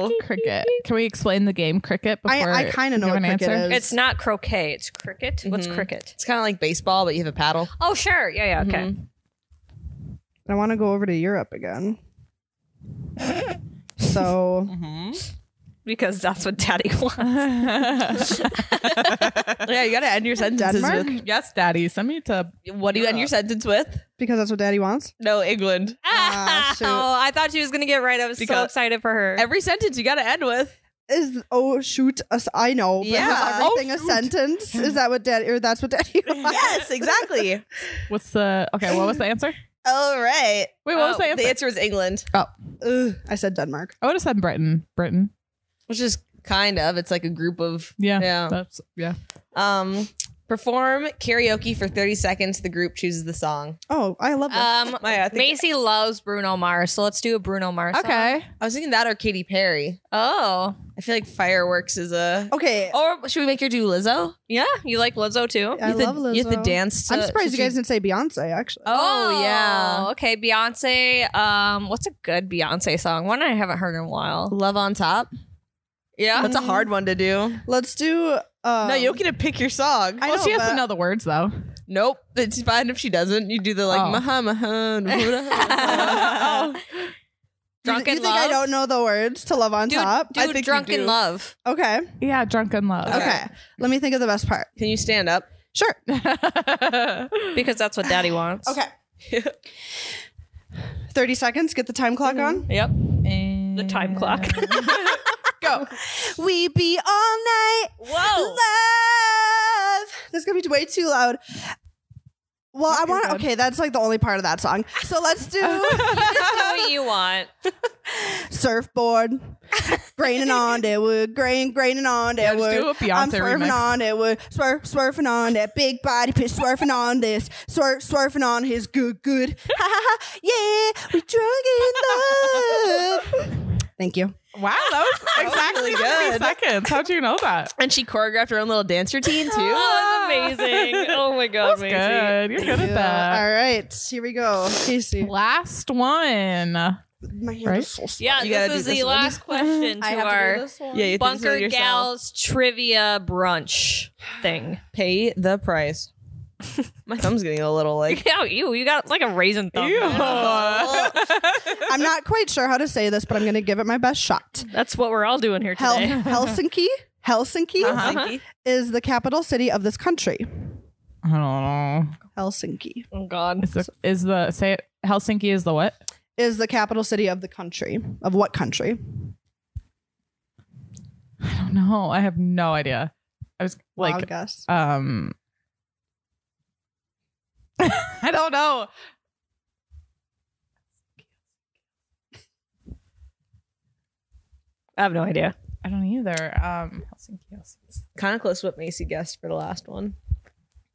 Ew. cricket. Can we explain the game cricket I, before? I kind of know you what have an cricket answer? is. It's not croquet. It's cricket. What's Mhm. cricket? It's kind of like baseball, but you have a paddle. Oh, sure. Yeah, yeah. Okay. Mhm. I want to go over to Europe again. so Because that's what daddy wants. Yeah, you gotta end your sentences Denmark? with. yes, Daddy. Send me to. What do you end your sentence with? because that's what Daddy wants. No, England. Ah, shoot. Oh, I thought she was gonna get right. I was so Because- excited for her. Every sentence you gotta end with. Is oh shoot us I know. But Yeah. yeah. Is everything a sentence? Is that what Daddy or that's what Daddy wants? Yes, exactly. What's the? Okay, what was the answer? All right. Wait, what was the answer? The answer was England, Ugh, I said Denmark. I would have said Britain. Britain. which is kind of it's like a group of Yeah. Yeah. That's yeah. um perform karaoke for 30 seconds the group chooses the song. Oh, I love Uh, that. um, Maya, I, think, Macy loves Bruno Mars, so let's do a Bruno Mars. song. Okay. I was thinking that or Katy Perry. Oh, I feel like fireworks is a okay. Or should we make her do Lizzo? yeah. You like Lizzo too? I oh, you have love to, Lizzo. You have to dance to I'm surprised should you guys she- didn't say Beyonce actually. Oh, yeah. Okay, Beyonce. Um, what's a good Beyonce song? One I haven't heard in a while. Love on top. Yeah. That's a hard one to do. Let's do um, no, you don't get to pick your song. I well, know, she has but- to know the words though. nope. It's fine if she doesn't. You do the like Oh. maha maha. Oh. you, Drunken you think I Love? don't know the words to love on Dude, top? I Dude, think you drunken do. love. okay. Yeah, drunken love. okay. Let me think of the best part. Can you stand up? Sure. because that's what daddy wants. Okay. 30 seconds, get the time clock on. Yep. The time clock. Go. We be all night. Whoa. Love. That's gonna be way too loud. Well, I want. good. Okay, that's like the only part of that song. So let's do Just do what you want. surfboard, graining on that wood, grain, graining on that Yeah, just wood. do a Beyonce I'm swerving remix. on that wood, swerve, swerving on that big body, pitch, swerving on this, swerve, swerving on his good, good. Ha ha ha! Yeah, we drunk in love. Thank you. Wow, that was exactly really 30 good. seconds. How'd you know that? And she choreographed her own little dance routine too. Oh, that was amazing. Oh my god, That's amazing. good. You're good at that. All right, here we go. Casey, Last one. my hand Right? is so slow. Yeah, You gotta this do was this the one. last question to I have to do our this one. Yeah, you think so Bunker yourself. Gals trivia brunch thing. Pay the price. My thumb's getting a little like. Yeah, you you got like a raisin thumb. Ew. I'm not quite sure how to say this, but I'm going to give it my best shot. That's what we're all doing here Hel- today. Helsinki, Helsinki Uh-huh. Helsinki. is the capital city of this country. I don't know. Helsinki Oh god. Is the, is the say it, Helsinki is the what? is the capital city of the country. Of what country? I don't know. I have no idea. I was Like, like, guess. um, I don't know. I have no idea. I don't either. Um, Helsinki, Helsinki. Kind of close to what Macy guessed for the last one.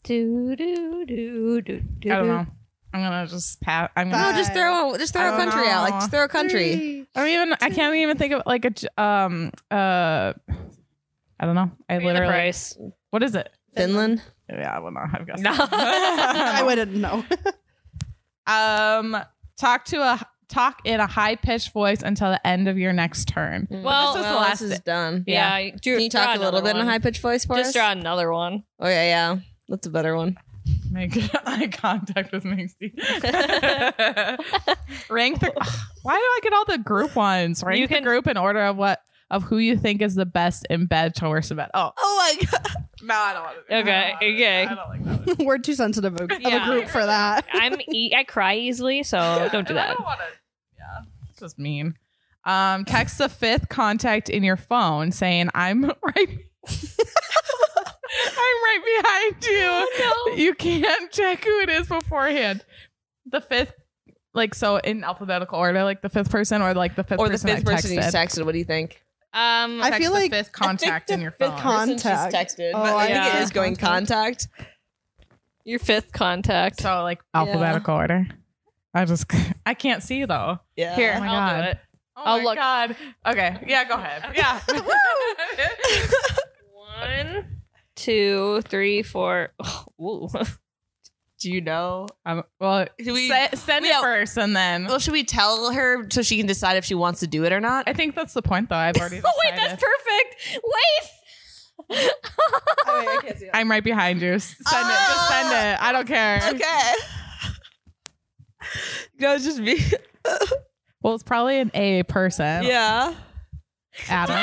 Do do do do do. I don't know. I'm gonna just pass. I'm gonna. No, just throw a just throw a country out. Like, just throw a Three. I don't even. I can't even think of like a. j- Um. Uh. I don't know. I Literally. literally. What is it? Finland. Yeah, I would not have guessed. No. I wouldn't know. um. Talk to a talk in a high pitched voice until the end of your next turn. Well, This is the Well, last Oh, this is done. yeah. do- Can you draw talk a little another bit in a one. high pitched voice for Just us? draw another one. Oh yeah, yeah. That's a better one. Make eye contact with Macy. rank the. Why do I get all the group ones? Rank You the can- group in order of what of who you think is the best in bed to worst in bed. Oh Oh my god. no, I don't want to. Okay, okay. I don't like that. One. We're too sensitive of, of Yeah. a group for that. I'm e- I cry easily, so don't do And I that. wanna- yeah, it's just mean. Um, text the fifth contact in your phone saying, "I'm right." I'm right behind you. You can't check who it is beforehand. The fifth, like so, in alphabetical order, like the fifth person or like the fifth Or the person fifth that person you texted. texted. What do you think? Um, I Text feel the like- fifth contact in your phone. con- Contact. Person Oh, she's texted. Oh, but I I think see. it is going contact. your fifth contact. so like alphabetical order. I just I can't see though. Yeah. Here, Oh my I'll God. do it. Oh I'll my look. god. Okay. Yeah. Go ahead. Yeah. One, two, three, four. Ooh. Do you know? Um, well, Do we- se- send we it out- first, and then Well, should we tell her so she can decide if she wants to do it or not? I think that's the point, though. I've already. Oh wait, that's decided. perfect. Wait. I'm right Ah! behind you. S- Send it. Just send it. I don't care. Okay. no, it's just me. Well, it's probably an A person. Yeah. Adam.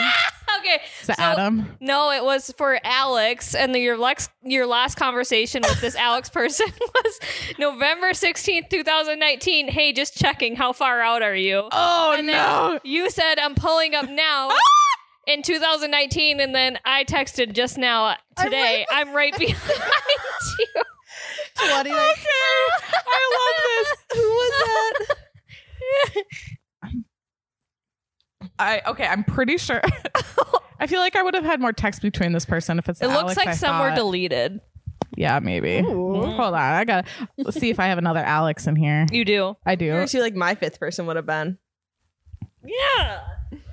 okay. Is it Adam? No, it was for Alex, and the, your lex, your last conversation with this Alex person was November sixteenth, two thousand nineteen. Hey, just checking. How far out are you? Oh no. You said I'm pulling up now. Ah! In 2019, and then I texted just now uh, today. I'm right, behind you. 20, I love this. Who was that? I okay. I'm pretty sure. I feel like I would have had more text between this person if it's. It looks Alex like I some were thought. deleted. Yeah, maybe. Hold on. I gotta let's see if I have another Alex in here. You do. I Or do. she like my fifth person would have been. Yeah.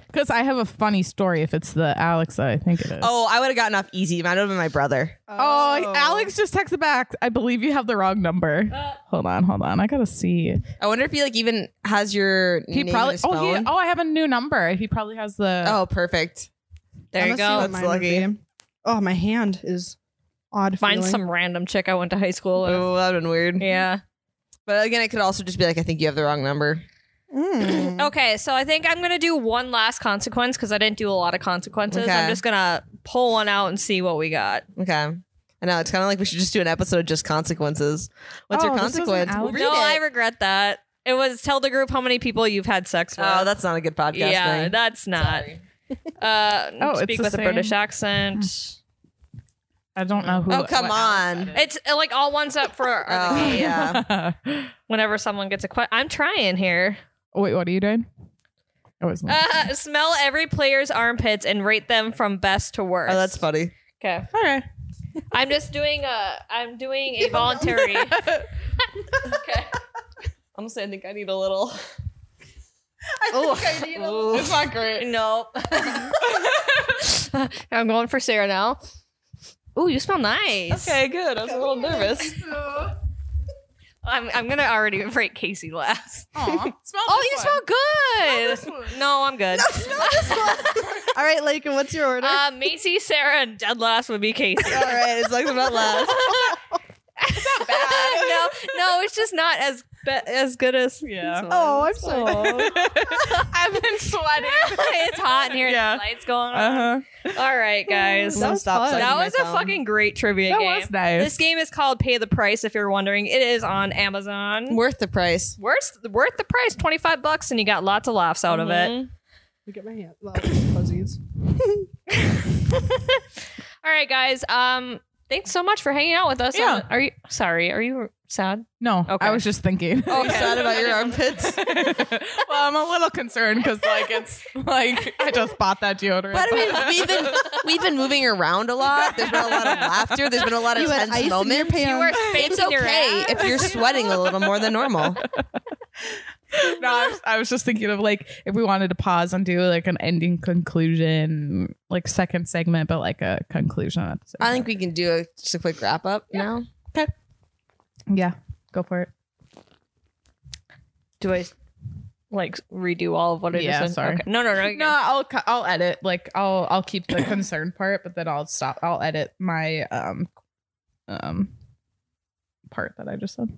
Because I have a funny story if it's the Alex that I think it is. Oh, I would have gotten off easy. Might have been my brother. Oh, Alex just texted back. I believe you have the wrong number. hold on, hold on. I gotta see. I wonder if he like even has your He name in probably. his Oh, he, phone. oh, I have a new number. He probably has the. oh, perfect. There you I'ma see what go. That's mine would lucky. be. Oh, my hand is odd. Find feeling. some random chick I went to high school with. Oh, that'd been weird. Yeah. But again, it could also just be like, I think you have the wrong number. Mm. Mm-hmm. Okay, so I think I'm gonna do one last consequence because I didn't do a lot of consequences. Okay. I'm just gonna pull one out and see what we got. Okay. I I know it's kind of like we should just do an episode of just consequences. What's Oh, your this was an consequence? hour- Read no, it. I regret that. It was tell the group how many people you've had sex with. oh, that's not a good podcast. yeah, thing. that's not. Uh, Oh, it's speak the with a same. British accent. I don't know who. oh come what Alex on. It's uh, like all ones up for are the Oh game. yeah. said. whenever someone gets a question. I'm trying here. Wait, what are you doing? I was not. Uh, smell every player's armpits and rate them from best to worst. Oh, that's funny. okay. All right. I'm just doing a. I'm doing a voluntary. okay. I'm saying I think I need a little. It's not great. No. I'm going for Sarah now. Ooh, you smell nice. Okay, good. I was a little nervous. I'm, I'm gonna already rate Casey last. Smell Oh, you smell good. no, I'm good. All right, Lakin, what's your order? uh, Macy, Sarah, and dead last would be Casey. All right, it's like I'm not last. no, no, it's just not as be- as good as. Yeah. this one. oh, I'm so. I've been sweating. it's hot in here. Yeah. The lights going on. Uh-huh. All right, guys. Someone was stop fun. sucking That my was a thumb. fucking great trivia That game. was nice. This game is called Pay the Price. If you're wondering, it is on Amazon. worth the price. Worth worth the price, twenty five bucks, and you got lots of laughs out of it. Look at my hand. Well, fuzzies. All right, guys. Um, thanks so much for hanging out with us. Yeah. Um, Are you sorry? Are you sad? No, Okay. I was just thinking. Are you sad about your armpits? well, I'm a little concerned because like it's like I just bought that deodorant. But I mean, we've been we've been moving around a lot. There's been a lot of laughter. There's been a lot of You had tense ice in your moments. pants. You were spacing it's your okay ass. if you're sweating a little more than normal. no, I was, I was just thinking of like if we wanted to pause and do like an ending conclusion, like second segment, but like a conclusion at the same I think we can do a, just a quick wrap up now. time. yeah, go for it. Do I like redo all of what I Yeah, just said? sorry. Okay. No, no, no. you're No, I'll cu- I'll edit. Like I'll I'll keep the concern part, but then I'll stop. I'll edit my um um part that I just said.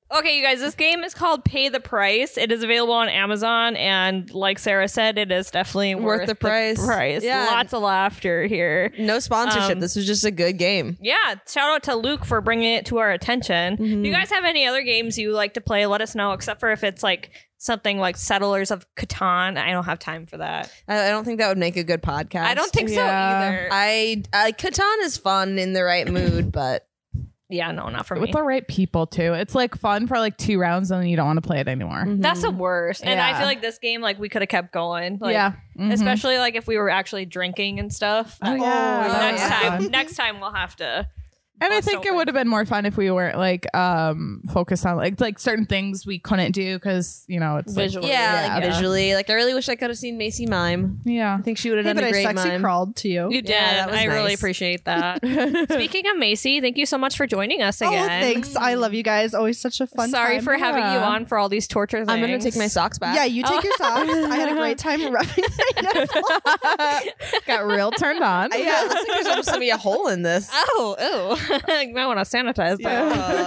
okay, you guys, this game is called Pay the Price. It is available on Amazon, and like Sarah said, it is definitely worth, Worth the price. price. Yeah. Lots of laughter here. No sponsorship. Um, this was just a good game. Yeah, shout out to Luke for bringing it to our attention. If you guys have any other games you like to play, let us know, except for if it's like something like Settlers of Catan. I don't have time for that. I, I don't think that would make a good podcast. I don't think Yeah. so either. I, I Catan is fun in the right mood, but yeah, no, not for me. with the right people too. It's like fun for like two rounds, and then you don't want to play it anymore. That's the worst. And I Yeah. feel like this game, like, we could have kept going. Like, yeah, Mm-hmm. Mhm. Especially like if we were actually drinking and stuff. Oh, yeah. Oh, next yeah. time next time we'll have to And I Bust think it open. would have been more fun if we weren't like um focused on like like certain things we couldn't do because you know it's like, visually yeah, Yeah. like visually. Like I really wish I could have seen Macy mime. yeah. I think she would have Hey, done but a I great sexy mime. crawled to you. you did Yeah, that was i really nice. appreciate that speaking of macy thank you so much for joining us Oh, again thanks. I love you guys. Always such a fun sorry time. for having you yeah. on for all these torture things I'm gonna take my socks back. Yeah, you take Oh. your socks. I had a great time rubbing my nipple. Got real turned on. yeah. It looks like there's almost gonna be a hole in this. Oh, oh. you might want to sanitize that.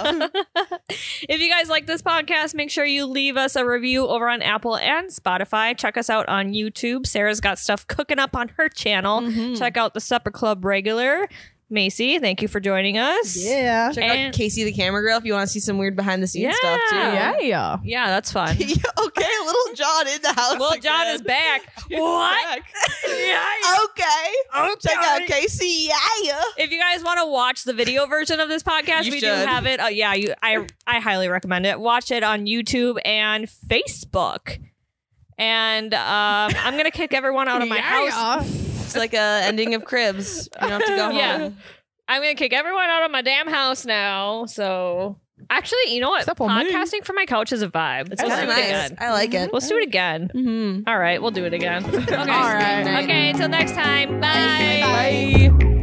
if you guys like this podcast, make sure you leave us a review over on Apple and Spotify. Check us out on YouTube. Sarah's got stuff cooking up on her channel. Check out the Supper Club regular. Macy, thank you for joining us. Yeah. Check out And- Casey the camera girl if you want to see some weird behind the scenes Yeah. stuff too. yeah, yeah. Yeah, that's fun. Yeah, okay, little John in the house. Well, John is back. what? Yeah. Okay. Check out Casey. Yeah. If you guys want to watch the video version of this podcast, You we do should. have it. Uh, yeah, you, I I highly recommend it. Watch it on YouTube and Facebook. And um, I'm gonna kick everyone out of my Yeah, house. It's like a ending of Cribs. You don't have to go home. Yeah. I'm gonna kick everyone out of my damn house now. So actually, you know what? Except for me. Podcasting from my couch is a vibe. It's It's let's kind do of it nice. again. I like it. Let's do it again. Mm-hmm. All right, we'll do it again. Okay. All right. Okay. Until next time. Bye. Bye.